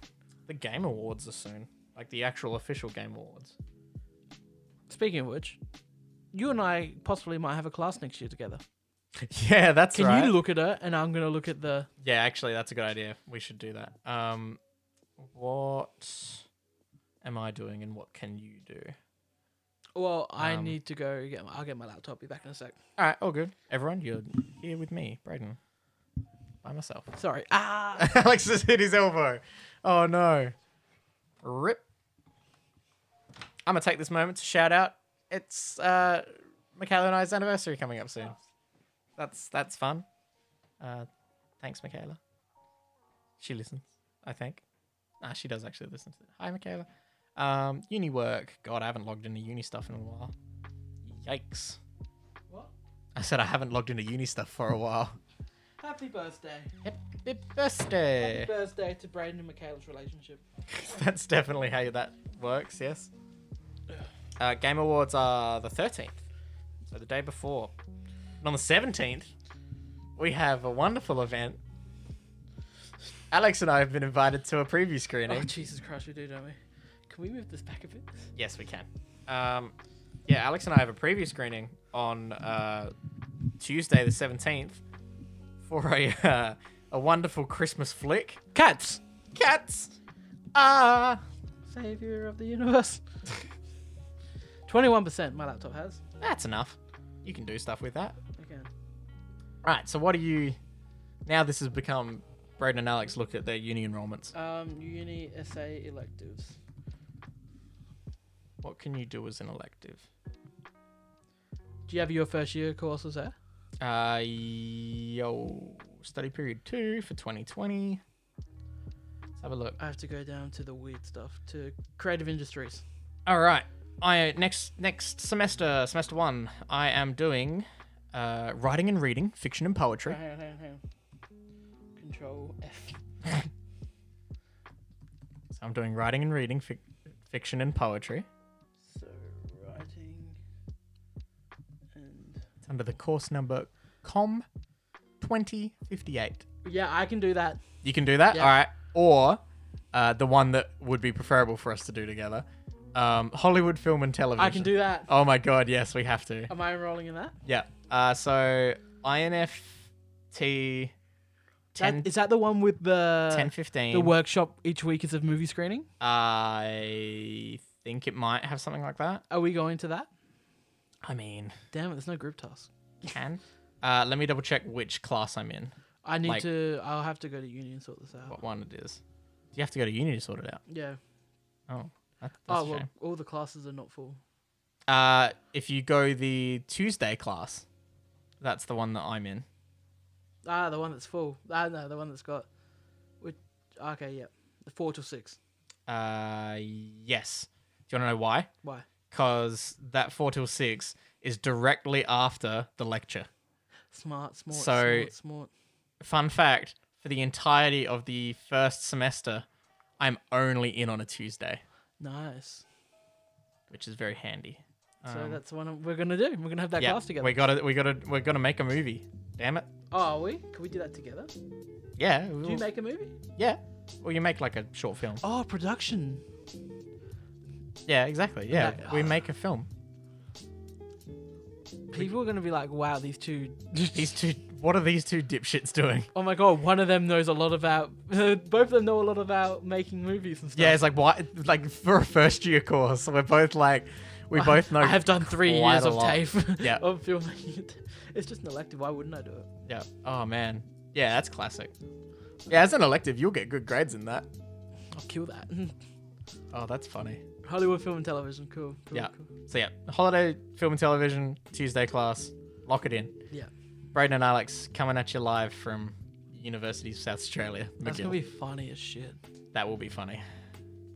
S1: the game awards are soon? Like the actual official game awards.
S2: Speaking of which, you and I possibly might have a class next year together.
S1: (laughs) yeah, that's
S2: Can
S1: right.
S2: you look at it, and I'm gonna look at the.
S1: yeah, actually, that's a good idea. We should do that. Um, what am I doing, and what can you do?
S2: Well, I
S1: Um,
S2: need to go get. My, I'll get my laptop. Be back in a sec.
S1: All right, all good. Everyone, you're here with me, Braden, by myself.
S2: Sorry. Ah.
S1: (laughs) Alex has hit his elbow. Oh no. Rip. I'm gonna take this moment to shout out. It's uh Michaela and I's anniversary coming up soon. That's that's fun. Uh thanks, Michaela. She listens, I think. Ah, she does actually listen to it. Hi Michaela. Um uni work. God, I haven't logged into uni stuff in a while. Yikes.
S2: What?
S1: I said I haven't logged into uni stuff for a while.
S2: Happy birthday.
S1: Happy birthday.
S2: Happy birthday to Braden and Michaela's relationship.
S1: (laughs) That's definitely how that works, yes. Uh, Game Awards are the 13th, so the day before. And on the 17th, we have a wonderful event. Alex and I have been invited to a preview
S2: Oh
S1: screening.
S2: Jesus Christ, we do, don't we? Can we move this back a bit?
S1: Yes, we can. Um, yeah, Alex and I have a preview screening on uh, Tuesday, the 17th, for a, uh, a wonderful Christmas flick.
S2: Cats.
S1: Cats! Ah!
S2: Savior of the universe. Twenty-one percent. My laptop has.
S1: That's enough. You can do stuff with that.
S2: Okay.
S1: Right. So what do you? Now this has become Braden and Alex look at their uni enrollments.
S2: Um, uni essay electives.
S1: What can you do as an elective?
S2: Do you have your first year courses there?
S1: Uh, yo, study period two for 2020. Let's have a look.
S2: I have to go down to the weird stuff to creative industries.
S1: All right. I next next semester semester one. I am doing uh, writing and reading, fiction and poetry.
S2: Hang on, hang on, hang on. Control F.
S1: So I'm doing writing and reading, fic- fiction and poetry.
S2: So writing and
S1: It's under the course number Com 2058.
S2: yeah, I can do that.
S1: You can do that.
S2: Yeah.
S1: All right. Or uh, the one that would be preferable for us to do together, um, Hollywood film and television.
S2: I can do Oh. that.
S1: Oh my god! Yes, we have to.
S2: Am I enrolling in that?
S1: Yeah. Uh, so INFT
S2: That-
S1: 10,
S2: Is that the one with the
S1: 1015.
S2: Uh, the workshop each week is of movie screening?
S1: I think it might have something like that.
S2: Are we going to that?
S1: I mean,
S2: Damn it, there's no group task.
S1: can. Uh, let me double check which class I'm in.
S2: I need
S1: Like-
S2: to. I'll have to go to uni and sort this out.
S1: What one it is. You have to go to uni to sort it out.
S2: Yeah.
S1: Oh, that, that's
S2: oh
S1: a
S2: well,
S1: shame.
S2: all the classes are not full.
S1: Uh, if you go the Tuesday class, that's the one that I'm in.
S2: Ah, the one that's full. Ah, no, the one that's got. Which? Okay, yeah. The four till six.
S1: Uh, yes. Do you want to know why?
S2: Why?
S1: Because that four till six is directly after the lecture.
S2: Smart, smart,
S1: So-
S2: smart, smart.
S1: Fun fact: for the entirety of the first semester, I'm only in on a Tuesday,
S2: Nice.
S1: which is very handy.
S2: So
S1: Um,
S2: that's the one I'm- we're gonna do. We're gonna have that
S1: yeah,
S2: class together.
S1: we gotta, we gotta, we gotta make a movie. Damn it!
S2: Oh, are we? Can we do that together? Do
S1: Yeah,
S2: you
S1: we'll-
S2: make a movie?
S1: yeah. Well, you make like a short film.
S2: Oh, production.
S1: Yeah, exactly. Yeah,
S2: That-
S1: we make a film.
S2: People are gonna be like, "Wow, these two.
S1: (laughs) These two, what are these two dipshits
S2: (laughs)
S1: doing?
S2: oh my god, one of them knows a lot about. (laughs) both of them know a lot about making movies and stuff.
S1: Yeah, it's like why, like for a first year course, we're both like, we both know.
S2: (laughs) I have done three
S1: quite
S2: years
S1: a
S2: of
S1: lot.
S2: (laughs) TAFE
S1: Yeah.
S2: of filmmaking. It's just an elective. Why wouldn't I do it?
S1: Yeah. Oh man. Yeah, that's classic. Yeah, as an elective, you'll get good grades in that.
S2: I'll kill that.
S1: Oh, that's funny.
S2: (laughs) Hollywood film and television. Cool. cool
S1: Yeah.
S2: Cool.
S1: So yeah, holiday film and television Tuesday class. Lock it in.
S2: Yeah.
S1: Braden and Alex coming at you live from University of South Australia.
S2: That's
S1: McGill.
S2: gonna be funny as shit.
S1: That will be funny.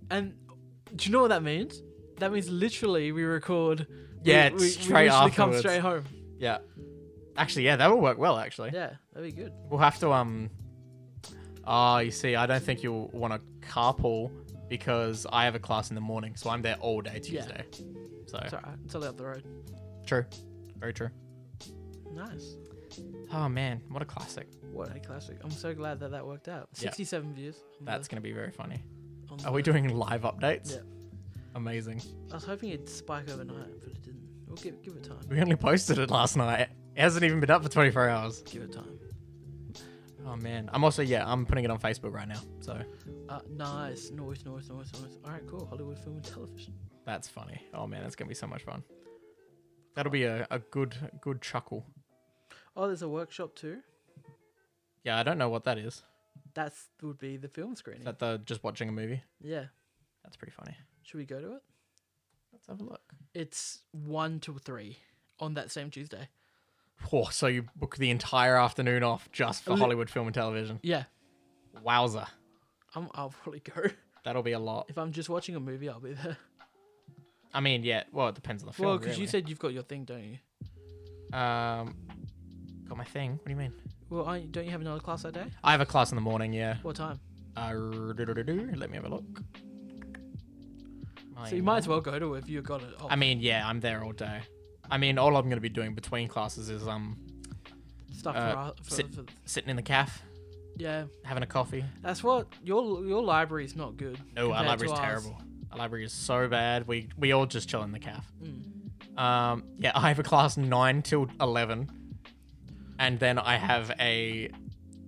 S2: And do you know what that means? That means literally we record.
S1: Yeah,
S2: we, we,
S1: straight
S2: we literally come
S1: afterwards.
S2: straight home.
S1: Yeah. Actually, yeah, that will work well. Actually,
S2: Yeah, that'd be good.
S1: we'll have to um. Ah, you see, I don't think you'll want to carpool because I have a class in the morning, so I'm there all day
S2: Yeah.
S1: Tuesday.
S2: It's
S1: So
S2: alright. It's only up the road.
S1: true, very true.
S2: Nice.
S1: Oh man, what a classic!
S2: What a classic. I'm so glad that that worked out.
S1: Yeah.
S2: 67 views. on
S1: That's
S2: the,
S1: gonna be very funny.
S2: on
S1: Are we
S2: the-
S1: doing live updates?
S2: Yeah.
S1: Amazing.
S2: I was hoping it'd spike overnight, but it didn't. We'll give, give it time.
S1: We only posted it last night. It hasn't even been up for 24 hours.
S2: Give it time.
S1: Oh man. I'm also yeah, I'm putting it on Facebook right now. So
S2: Uh, nice. Noise, noise, noise, noise. All right, cool. Hollywood film and television.
S1: that's funny. Oh man, that's gonna be so much fun. That'll be a, a good good chuckle.
S2: Oh, there's a workshop too.
S1: Yeah, I don't know what that is.
S2: That's would be the film
S1: Is
S2: screening.
S1: that the just watching a movie?
S2: yeah.
S1: That's pretty funny.
S2: Should we go to it?
S1: Let's have a look.
S2: It's one to three on that same Tuesday.
S1: Oh, so you book the entire afternoon off just for
S2: Li-
S1: Hollywood film and television.
S2: Yeah.
S1: Wowza.
S2: I'm, I'll probably go. (laughs)
S1: That'll be a lot.
S2: If I'm just watching a movie, I'll
S1: (laughs)
S2: be there.
S1: I mean, yeah, well, it depends on the film.
S2: well, because
S1: Oh,
S2: you
S1: really.
S2: said you've got your thing, don't you?
S1: um got my thing. What do you mean?
S2: Well, aren't, you- don't you have another class that day?
S1: I have a class in the morning, yeah.
S2: What time?
S1: Uh, do-do-do-do, let me have a look.
S2: So you might as well go to it if you got it. Off.
S1: I mean, yeah, I'm there all day. I mean, all I'm going to be doing between classes is um
S2: stuff
S1: uh,
S2: for, our- for,
S1: sit-
S2: for
S1: sitting in the caf,
S2: yeah.
S1: having a coffee.
S2: That's what your your library's not good.
S1: No, our
S2: compared to
S1: library's
S2: ours.
S1: terrible. Our library is so bad. We we all just chill in the caf.
S2: Mm.
S1: Um, yeah, (laughs) I have a class nine till eleven, and then I have a,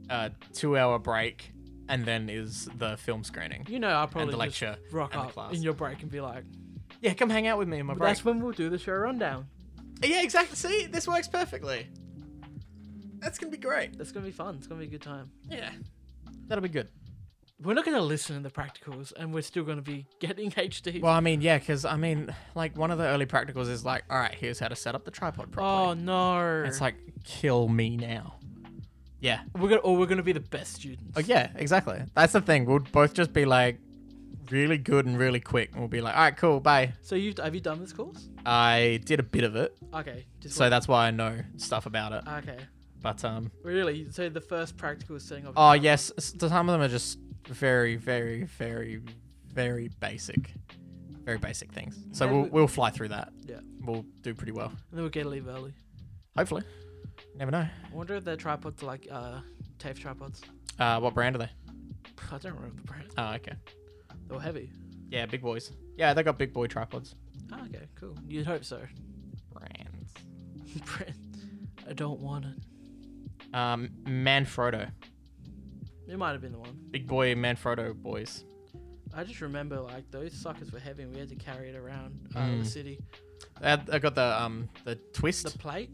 S1: uh two-hour break, and then is the film screening.
S2: You know, I'll probably
S1: the
S2: just
S1: lecture
S2: rock
S1: and the
S2: up
S1: class.
S2: in your break and be like,
S1: Yeah, come hang out with me in my break.
S2: "That's when we'll do the show rundown."
S1: Yeah, exactly. See, this works perfectly. That's gonna be great.
S2: That's gonna be fun. It's gonna be a good time.
S1: Yeah, that'll be good.
S2: We're not gonna listen in the practicals, and we're still gonna be (laughs) getting HD.
S1: Well, I mean, yeah, because I mean, like one of the early practicals is like, all right, here's how to set up the tripod properly.
S2: oh no!
S1: It's like, kill me now. Yeah.
S2: we're gonna, or we're gonna be the best students.
S1: Oh, yeah, exactly. That's the thing. We'll both just be like really good and really quick. And we'll be like, all right, cool, bye.
S2: So you have have you done this course?
S1: I did a bit of it.
S2: Okay. Just
S1: So that's why I know stuff about it.
S2: one- okay.
S1: But, um,
S2: Really? So the first practical is setting up.
S1: oh, yes, s- some of them are just very, very, very, very basic. Very basic things. So
S2: And
S1: we'll,
S2: we-
S1: we'll fly through that.
S2: Yeah.
S1: We'll do pretty well.
S2: And then we'll get to leave early.
S1: Hopefully. Never know.
S2: I wonder if their tripods are like uh, TAFE tripods. (laughs)
S1: Uh, what brand are they?
S2: I don't remember the brand.
S1: Oh, okay.
S2: They were heavy.
S1: Yeah, big boys. Yeah, they got big boy tripods.
S2: Ah, okay, cool. You'd hope so. (laughs)
S1: Brands.
S2: Brand. I don't want it.
S1: Um, Manfrotto.
S2: It might have been the one.
S1: Big boy Manfrotto boys.
S2: I just remember like those suckers were heavy, and we had to carry it around uh,
S1: Mm.
S2: the city.
S1: I I got the um the
S2: The
S1: twist.
S2: plate.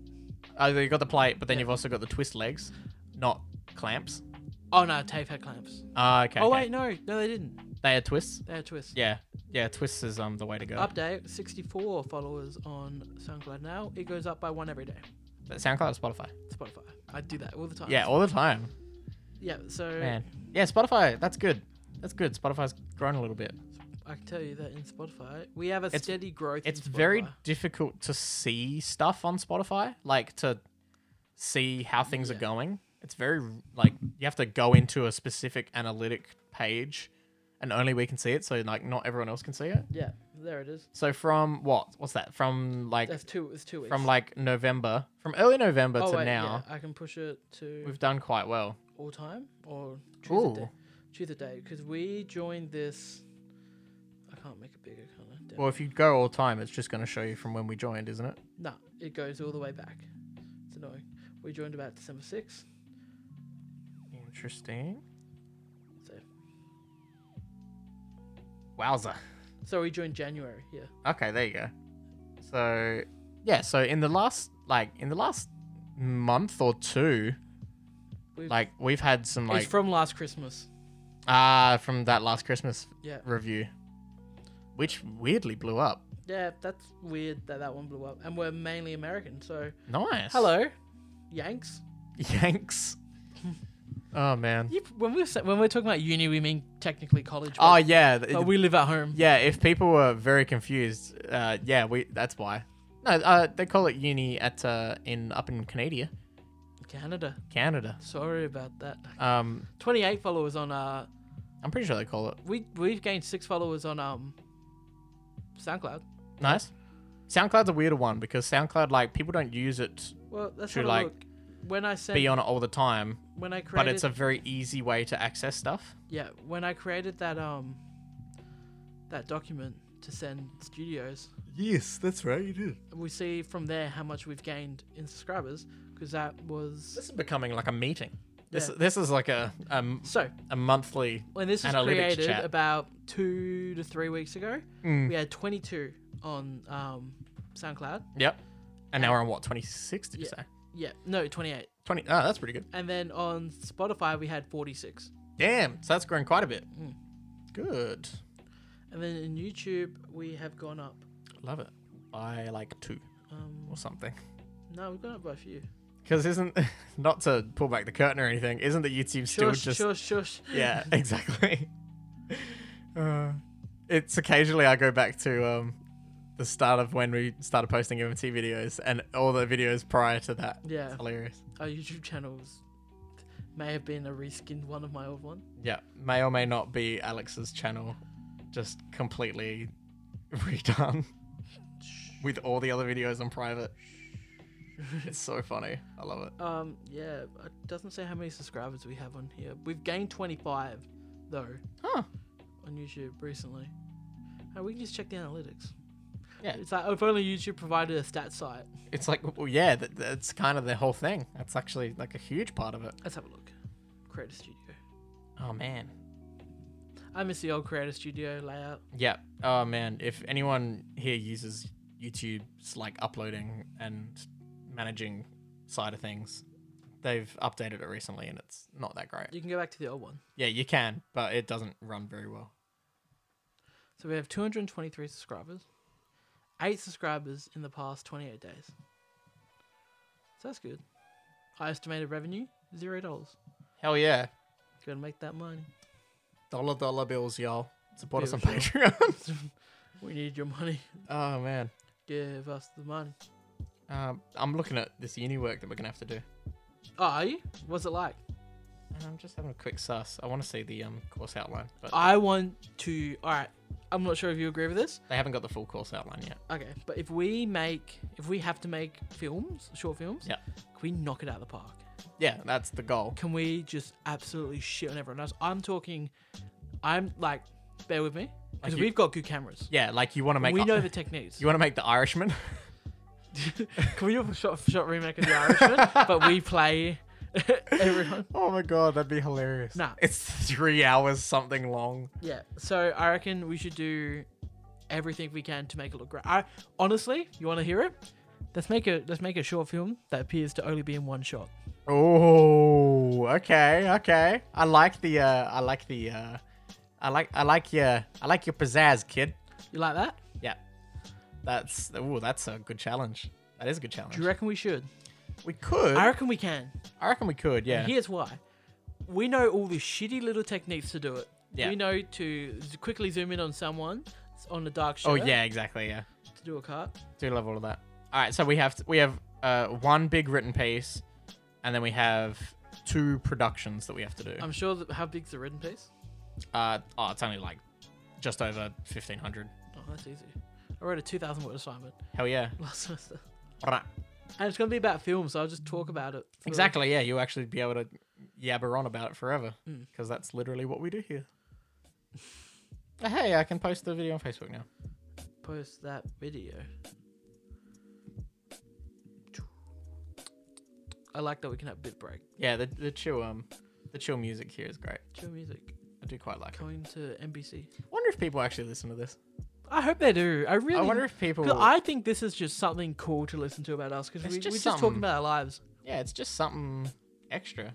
S1: Oh, you got the plate, but then
S2: Yeah.
S1: you've also got the twist legs, not clamps.
S2: Oh no, TAFE had clamps.
S1: Ah, okay.
S2: Oh
S1: okay.
S2: wait, no, no, they didn't.
S1: they had twists.
S2: They had twists.
S1: Yeah, yeah. Twists is um the way to go.
S2: Update: 64 followers on SoundCloud now. It goes up by one every day.
S1: SoundCloud, or Spotify.
S2: Spotify. I do that all the time.
S1: Yeah, all the time.
S2: Yeah. So
S1: Man. Yeah, Spotify. That's good. That's good. Spotify's grown a little bit.
S2: I can tell you that in Spotify, we have a
S1: It's-
S2: steady growth. in
S1: It's very
S2: Spotify.
S1: difficult to see stuff on Spotify, like to see how things are
S2: Yeah.
S1: going. It's very like you have to go into a specific analytic page, and only we can see it. So like not everyone else can see it.
S2: Yeah, there it is.
S1: So from what? What's that? From like
S2: That's two. It's two weeks.
S1: from like November, from early November
S2: oh,
S1: to
S2: wait,
S1: now,
S2: yeah, I can push it to
S1: we've done quite well.
S2: all time or choose a
S1: Ooh.
S2: day. Choose a day because we joined this. I can't make it bigger, can I? Damn.
S1: Well, if you go all time, it's just going to show you from when we joined, isn't it?
S2: no, it goes all the way back. It's annoying. We joined about December sixth.
S1: Interesting.
S2: So,
S1: Wowza.
S2: so we joined January. Yeah.
S1: Okay, there you go. So, yeah, so in the last like in the last month or two,
S2: We've,
S1: like we've had some
S2: it's
S1: like
S2: from last Christmas.
S1: ah from that last Christmas
S2: Yeah.
S1: review, which weirdly blew up.
S2: Yeah, that's weird that that one blew up. And we're mainly American, so
S1: Nice.
S2: hello, Yanks.
S1: (laughs)
S2: (laughs)
S1: Yanks. oh man.
S2: You, when we're sa- when we're talking about uni, we mean technically college.
S1: Oh
S2: But,
S1: yeah. th-
S2: but we live at home.
S1: Yeah, if people were very confused, uh, yeah, we that's why. No, uh, they call it uni at uh, in up in Canada,
S2: Canada.
S1: Canada.
S2: Sorry about that.
S1: Um,
S2: Twenty-eight followers on uh,
S1: I'm pretty sure they call it
S2: we we've gained six followers on um, SoundCloud.
S1: nice. SoundCloud's a weirder one because SoundCloud like people don't use it
S2: Well, that's
S1: Should
S2: what
S1: like
S2: I look. When I sent
S1: be on it all the time,
S2: when I
S1: but
S2: created
S1: it's a very easy way to access stuff.
S2: yeah when I created that um, that document to send studios,
S1: Yes, that's right. You did.
S2: we see from there how much we've gained in subscribers because that was
S1: This is becoming like a meeting. This
S2: Yeah.
S1: this is like a um
S2: so
S1: a monthly.
S2: when this was
S1: Analytics
S2: created
S1: chat.
S2: about two to three weeks ago
S1: Mm.
S2: we had 22 on um, soundcloud
S1: Yep. And now we're on what twenty six? Did you
S2: Yeah.
S1: say
S2: yeah no 28
S1: twenty? Oh, that's pretty good.
S2: and then on spotify we had 46
S1: Damn, so that's grown quite a bit.
S2: Mm.
S1: Good.
S2: and then in youtube we have gone up
S1: Love it. By like two
S2: um,
S1: or something.
S2: no we've gone up by a few
S1: Because isn't (laughs) not to pull back the curtain or anything, isn't that YouTube still
S2: shush
S1: just
S2: shush shush
S1: yeah (laughs) exactly? uh, it's occasionally I go back to um the start of when we started posting MT videos and all the videos prior to that.
S2: yeah
S1: It's hilarious.
S2: our youtube channels may have been a reskinned one of my old one (laughs)
S1: Yeah, may or may not be Alex's channel, just completely (laughs) redone with all the other videos on private. It's so funny. I love it.
S2: um yeah it doesn't say how many subscribers we have on here we've gained 25 though
S1: Huh.
S2: on youtube recently and we can just check the analytics
S1: Yeah.
S2: it's like if only youtube provided a stat site
S1: It's like, well, yeah, that, that's kind of the whole thing. That's actually like a huge part of it.
S2: Let's have a look. Creator Studio.
S1: Oh man.
S2: I miss the old Creator Studio layout.
S1: Yeah. Oh man. If anyone here uses YouTube's like uploading and managing side of things, they've updated it recently and it's not that great.
S2: You can go back to the old one.
S1: Yeah, you can, but it doesn't run very well.
S2: So we have 223 subscribers, eight subscribers in the past 28 days. So that's good. High estimated revenue zero dollars.
S1: Hell yeah.
S2: Gonna make that money.
S1: Dollar dollar bills, y'all. Support us on
S2: Bill,
S1: Patreon. (laughs)
S2: We need your money. (laughs)
S1: oh man.
S2: Give us the money.
S1: Um, I'm looking at this uni work that we're gonna have to do.
S2: Oh, are you? What's it like?
S1: And I'm just having a quick suss. I wanna see the um course outline, but
S2: I want to. All right. I'm not sure if you agree with this.
S1: they haven't got the full course outline yet.
S2: Okay, but if we make, if we have to make films, short films,
S1: Yeah.
S2: can we knock it out of the park?
S1: Yeah, that's the goal.
S2: Can we just absolutely shit on everyone else? I'm talking, I'm like, bear with me, because
S1: Like you-
S2: we've got good cameras.
S1: Yeah, like you wanna make
S2: we know the
S1: (laughs)
S2: techniques.
S1: you wanna make the Irishman? (laughs)
S2: Can we do a shot for shot remake of The (laughs) Irishman? but we play (laughs) everyone.
S1: oh my god, that'd be hilarious.
S2: Nah.
S1: It's three hours something long.
S2: Yeah. So I reckon we should do everything we can to make it look great. I honestly, you want to hear it? Let's make a let's make a short film that appears to only be in one shot.
S1: Oh, okay, okay. I like the uh I like the uh I like I like your I like your pizzazz, kid.
S2: You like that?
S1: Yeah. That's oh, that's a good challenge. That is a good challenge.
S2: Do you reckon we should?
S1: we could.
S2: I
S1: I,
S2: reckon we can.
S1: reckon we could. Yeah.
S2: Here's why. We know all the shitty little techniques to do it.
S1: Yeah.
S2: We know to z- quickly zoom in on someone s- on the dark shadow
S1: Oh yeah, exactly. Yeah.
S2: to do a cut.
S1: Do love all of that. All right, so we have we have uh one big written piece, and then we have two productions that we have to do.
S2: I'm sure that how big's the written piece?
S1: Uh oh, it's only like just over fifteen hundred.
S2: Oh, that's easy. I wrote a 2,000 word assignment (laughs)
S1: Hell yeah.
S2: last semester.
S1: Right.
S2: And it's going to be about film, so I'll just talk about it. for-
S1: Exactly. Yeah, you'll actually be able to yabber on about it forever
S2: Mm.
S1: because that's literally what we do here. Uh, hey, I can post the video on Facebook now.
S2: post that video. I like that we can have bit break.
S1: Yeah, the the chill um the chill music here is great.
S2: Chill music
S1: I do quite like it.
S2: coming to NBC.
S1: I wonder if people actually listen to this.
S2: I hope they do. I really.
S1: I wonder if people.
S2: 'cause I think this is just something cool to listen to about us because
S1: It's
S2: we,
S1: just
S2: we're just talking
S1: something-
S2: about our lives.
S1: Yeah, it's just something extra.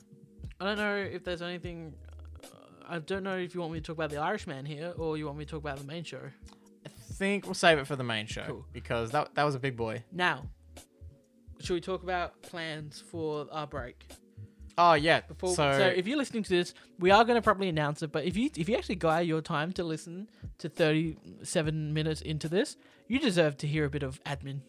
S2: I don't know if there's anything. uh, I don't know if you want me to talk about the Irishman here or you want me to talk about the main show.
S1: I think we'll save it for the main show
S2: Cool.
S1: because that that was a big boy.
S2: Now, should we talk about plans for our break?
S1: Oh yeah.
S2: Before, so,
S1: so,
S2: if you're listening to this, we are going to probably announce it. But if you if you actually guy your time to listen to 37 minutes into this, you deserve to hear a bit of admin.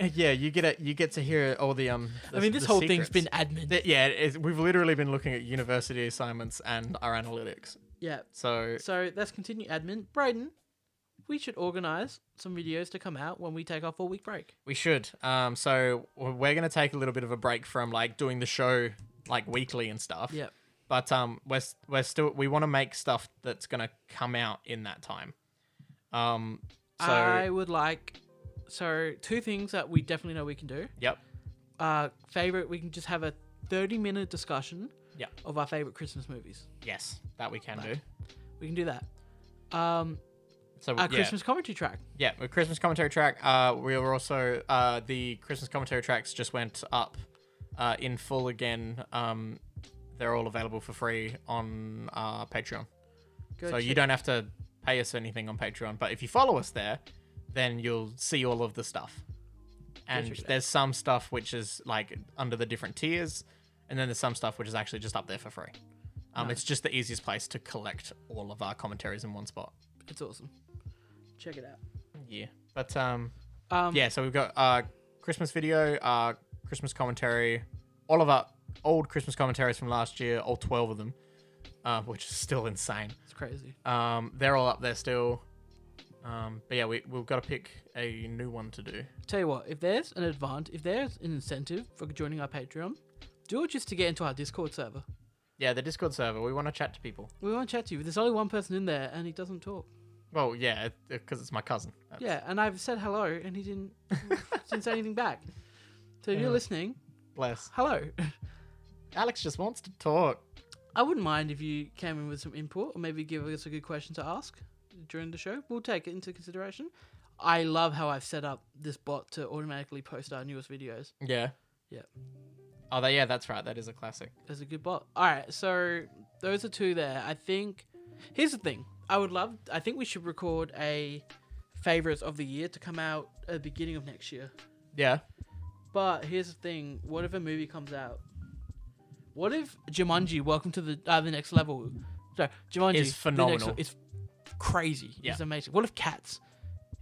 S1: (laughs) yeah, you get a, you get to hear all the um.
S2: I mean, this
S1: the
S2: whole
S1: secrets.
S2: thing's been admin.
S1: Th- yeah, it is, we've literally been looking at university assignments and our analytics.
S2: yeah.
S1: So
S2: So let's continue admin. Brayden, we should organize some videos to come out when we take our four week break.
S1: we should. Um, so we're gonna take a little bit of a break from like doing the show like weekly and stuff.
S2: Yeah.
S1: but um we're s- we're still we want to make stuff that's gonna come out in that time um so
S2: I would like. So two things that we definitely know we can do.
S1: yep
S2: Uh, favorite, we can just have a 30 minute discussion.
S1: Yeah.
S2: Of our favorite Christmas movies.
S1: yes that we can do
S2: We can do that. Um,
S1: so
S2: our
S1: yeah,
S2: Christmas commentary track.
S1: yeah a christmas commentary track uh we were also uh the christmas commentary tracks just went up uh in full again um they're all available for free on uh patreon
S2: Go
S1: so you
S2: check-
S1: don't have to pay us anything on patreon but if you follow us there then you'll see all of the stuff and
S2: check it out.
S1: there's some stuff which is like under the different tiers and then there's some stuff which is actually just up there for free um, it's just the easiest place to collect all of our commentaries in one spot
S2: It's awesome. Check it out.
S1: yeah but um
S2: Um,
S1: yeah so we've got uh christmas video uh christmas commentary all of our old christmas commentaries from last year all 12 of them uh, which is still insane
S2: It's crazy.
S1: Um, they're all up there still. Um, but yeah, we, we've got to pick a new one to do.
S2: Tell you what, if there's an advantage, if there's an incentive for joining our Patreon, do it just to get into our Discord server.
S1: Yeah, the Discord server. We want to chat to people.
S2: We want to chat to you. but There's only one person in there, and he doesn't talk.
S1: Well, yeah, because it's my cousin. Uh, That's-
S2: Yeah, and I've said hello, and he didn't (laughs) didn't say anything back. So if you're listening,
S1: Bless.
S2: hello. (laughs)
S1: Alex just wants to talk.
S2: I wouldn't mind if you came in with some input, or maybe give us a good question to ask during the show. We'll take it into consideration. I love how I've set up this bot to automatically post our newest videos.
S1: Yeah.
S2: Yeah.
S1: Oh, that, yeah, that's right. That is a classic.
S2: There's a good bot. All right, so those are two there. I think. Here's the thing. I would love. I think we should record a favorites of the year to come out at the beginning of next year.
S1: Yeah.
S2: But here's the thing. What if a movie comes out? What if Jumanji: Welcome to the uh, the Next Level? Sorry,
S1: Is
S2: Jumanji The Next
S1: phenomenal.
S2: Level is crazy.
S1: Yeah.
S2: It's amazing. What if Cats?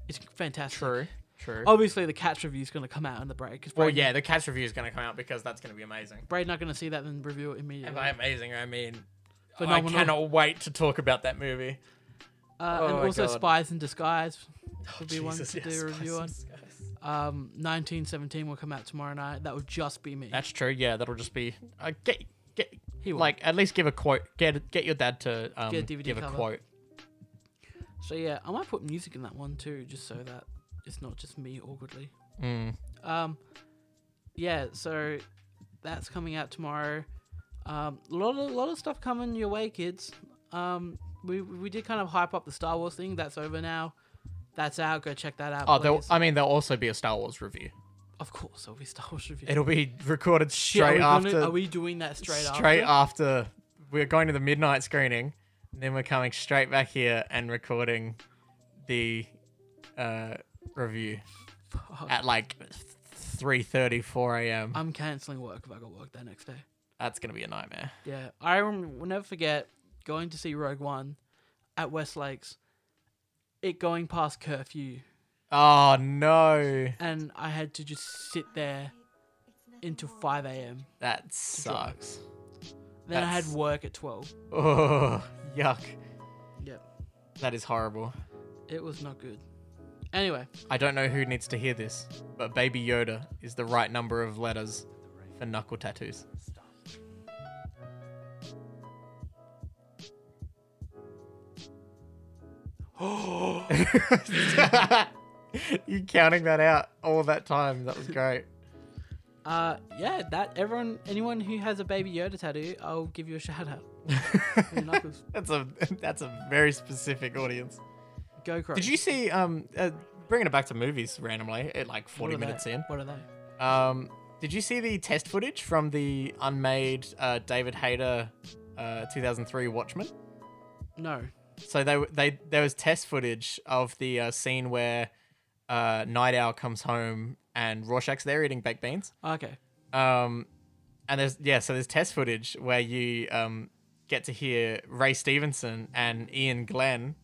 S2: It's fantastic.
S1: True. Oh,
S2: Obviously, the Cats review is going to come out in the break. 'cause
S1: well,
S2: Braden-
S1: yeah, the catch review is going to come out because that's going to be amazing.
S2: Braden not going to see that and review it
S1: And
S2: immediately.
S1: by amazing, I mean
S2: Phenomenal.
S1: I cannot wait to talk about that movie.
S2: Uh,
S1: Oh
S2: and
S1: my
S2: also
S1: God.
S2: Spies in Disguise would be
S1: Jesus,
S2: one to
S1: yes,
S2: do a review on.
S1: Spice and Disguise.
S2: Um, 1917 will come out tomorrow night. That would just be me.
S1: That's true. Yeah, that'll just be uh, get get
S2: He will.
S1: like at least give a quote. Get get your dad to um,
S2: Get a DVD
S1: give a
S2: cover.
S1: quote.
S2: so yeah, I might put music in that one too, just so that it's not just me awkwardly.
S1: Mm.
S2: Um, yeah, so that's coming out tomorrow. Um, a lot of lot of stuff coming your way, kids. Um, we we did kind of hype up the Star Wars thing. That's over now. That's out. Go check that out.
S1: Oh, there,
S2: please.
S1: I mean, there'll also be a Star Wars review.
S2: of course, there'll be Star Wars review.
S1: It'll be recorded
S2: Shit, are
S1: straight
S2: we gonna-
S1: after.
S2: are we doing that straight, after?
S1: after? We're going to the midnight screening, and then we're coming straight back here and recording the uh, review
S2: Fuck.
S1: at like 3:30, 4 a.m.
S2: I'm cancelling work if I got work that next day.
S1: That's gonna be a nightmare.
S2: Yeah, I rem- will never forget going to see Rogue One at West Lakes, it going past curfew,
S1: Oh no,
S2: and I had to just sit there until 5 a.m.
S1: that sucks.
S2: Then I had
S1: That's-
S2: work at 12.
S1: Oh, yuck.
S2: Yep,
S1: That is horrible.
S2: it was not good.
S1: (gasps)
S2: Anyway,
S1: I don't know who needs to hear this, but Baby Yoda is the right number of letters for knuckle tattoos. (laughs)
S2: Uh,
S1: you counting that out all that time. That was great.
S2: uh, yeah, that everyone, anyone who has a baby Yoda tattoo, I'll give you a shout out.
S1: (laughs)
S2: Your knuckles.
S1: that's a that's a very specific audience.
S2: Go crazy.
S1: Did you see um uh, bringing it back to movies randomly at like 40 minutes in?
S2: What are they?
S1: Um, did you see the test footage from the unmade uh, David Hayter uh, 2003 Watchmen?
S2: No.
S1: So they they there was test footage of the uh, scene where uh, Night Owl comes home and Rorschach's there eating baked beans.
S2: Okay.
S1: Um, and there's yeah, so there's test footage where you um, get to hear Ray Stevenson and Ian Glenn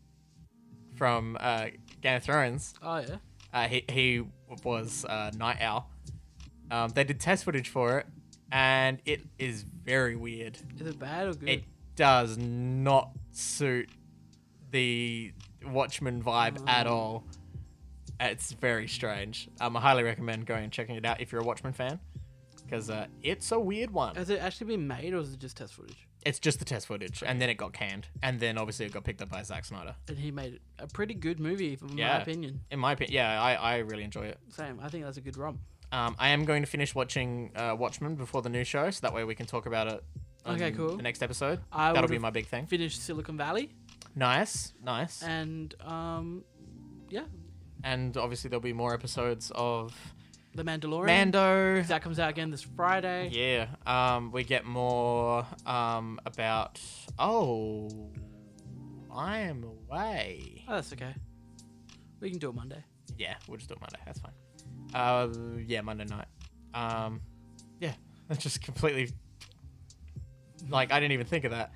S1: from uh, Game of Thrones
S2: Oh yeah.
S1: uh, he, he was uh, Night Owl. Um, they did test footage for it, and it is very weird.
S2: Is it bad or good?
S1: It does not suit the Watchmen vibe at all. It's very strange. Um, I highly recommend going and checking it out if you're a Watchmen fan, because uh, it's a weird one.
S2: Has it actually been made or is it just test footage?
S1: It's just the test footage, and then it got canned, and then obviously it got picked up by Zack Snyder.
S2: and he made a pretty good movie, in
S1: Yeah.
S2: my opinion.
S1: In my opinion, yeah, I, I really enjoy it.
S2: Same. I think that's a good rom.
S1: Um, I am going to finish watching uh, Watchmen before the new show, so that way we can talk about it. on
S2: Okay, cool.
S1: The next episode.
S2: I
S1: That'll
S2: would've-
S1: be my big thing.
S2: Finished Silicon Valley,
S1: Nice, nice. And,
S2: and um, yeah,
S1: obviously there'll be more episodes of
S2: The Mandalorian.
S1: Mando.
S2: that comes out again this Friday.
S1: Yeah. Um, we get more um about. Oh, I am away.
S2: Oh, that's okay. We can do it Monday.
S1: Yeah, we'll just do it Monday. That's fine. Uh, yeah, Monday night. Um, yeah, (laughs) that's just completely like I didn't even think of that.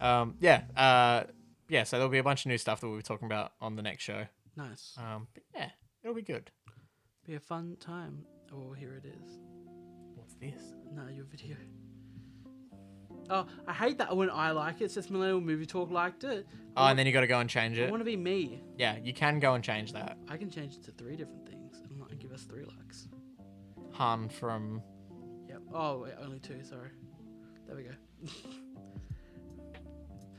S1: Um, yeah, uh, yeah. So there'll be a bunch of new stuff that we'll be talking about on the next show.
S2: Nice.
S1: Um, but yeah, it'll be good.
S2: Be a fun time. Oh, here it is.
S1: What's this?
S2: No, your video. Oh, I hate that when I like it. It says Millennial Movie Talk liked it.
S1: Oh, and then you got to go and change
S2: I
S1: it.
S2: want to be me.
S1: Yeah, you can go and change that.
S2: I can change it to three different things and like give us three likes.
S1: Han from
S2: Yep. Oh, wait, only two. Sorry. There we go.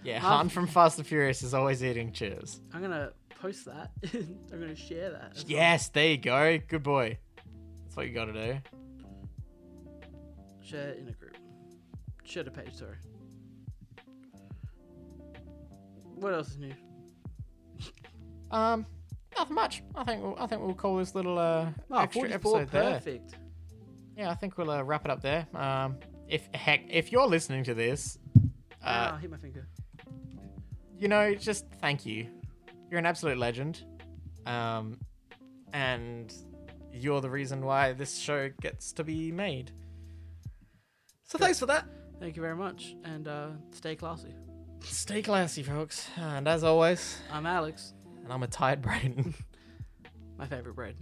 S1: yeah,
S2: Han-
S1: Han from Fast and Furious is always eating chips.
S2: I'm gonna post that. (laughs) I'm gonna share that. as well.
S1: Yes, there you go. Good boy. That's what you got to do.
S2: Share it in a group. Share the page. Sorry. What else is new?
S1: Um, nothing much. I think we'll, I think we'll call this little uh
S2: Oh,
S1: extra
S2: 44,
S1: episode there.
S2: perfect.
S1: yeah, I think we'll uh, wrap it up there. Um, if heck, if you're listening to this, uh,
S2: ah, hit my finger.
S1: you know, just thank you. You're an absolute legend. Um, and you're the reason why this show gets to be made. So thanks for that.
S2: Thank you very much, and uh, stay classy.
S1: Stay classy, folks. And as always,
S2: I'm Alex,
S1: (laughs) and I'm a tired Brayden.
S2: my favorite bread.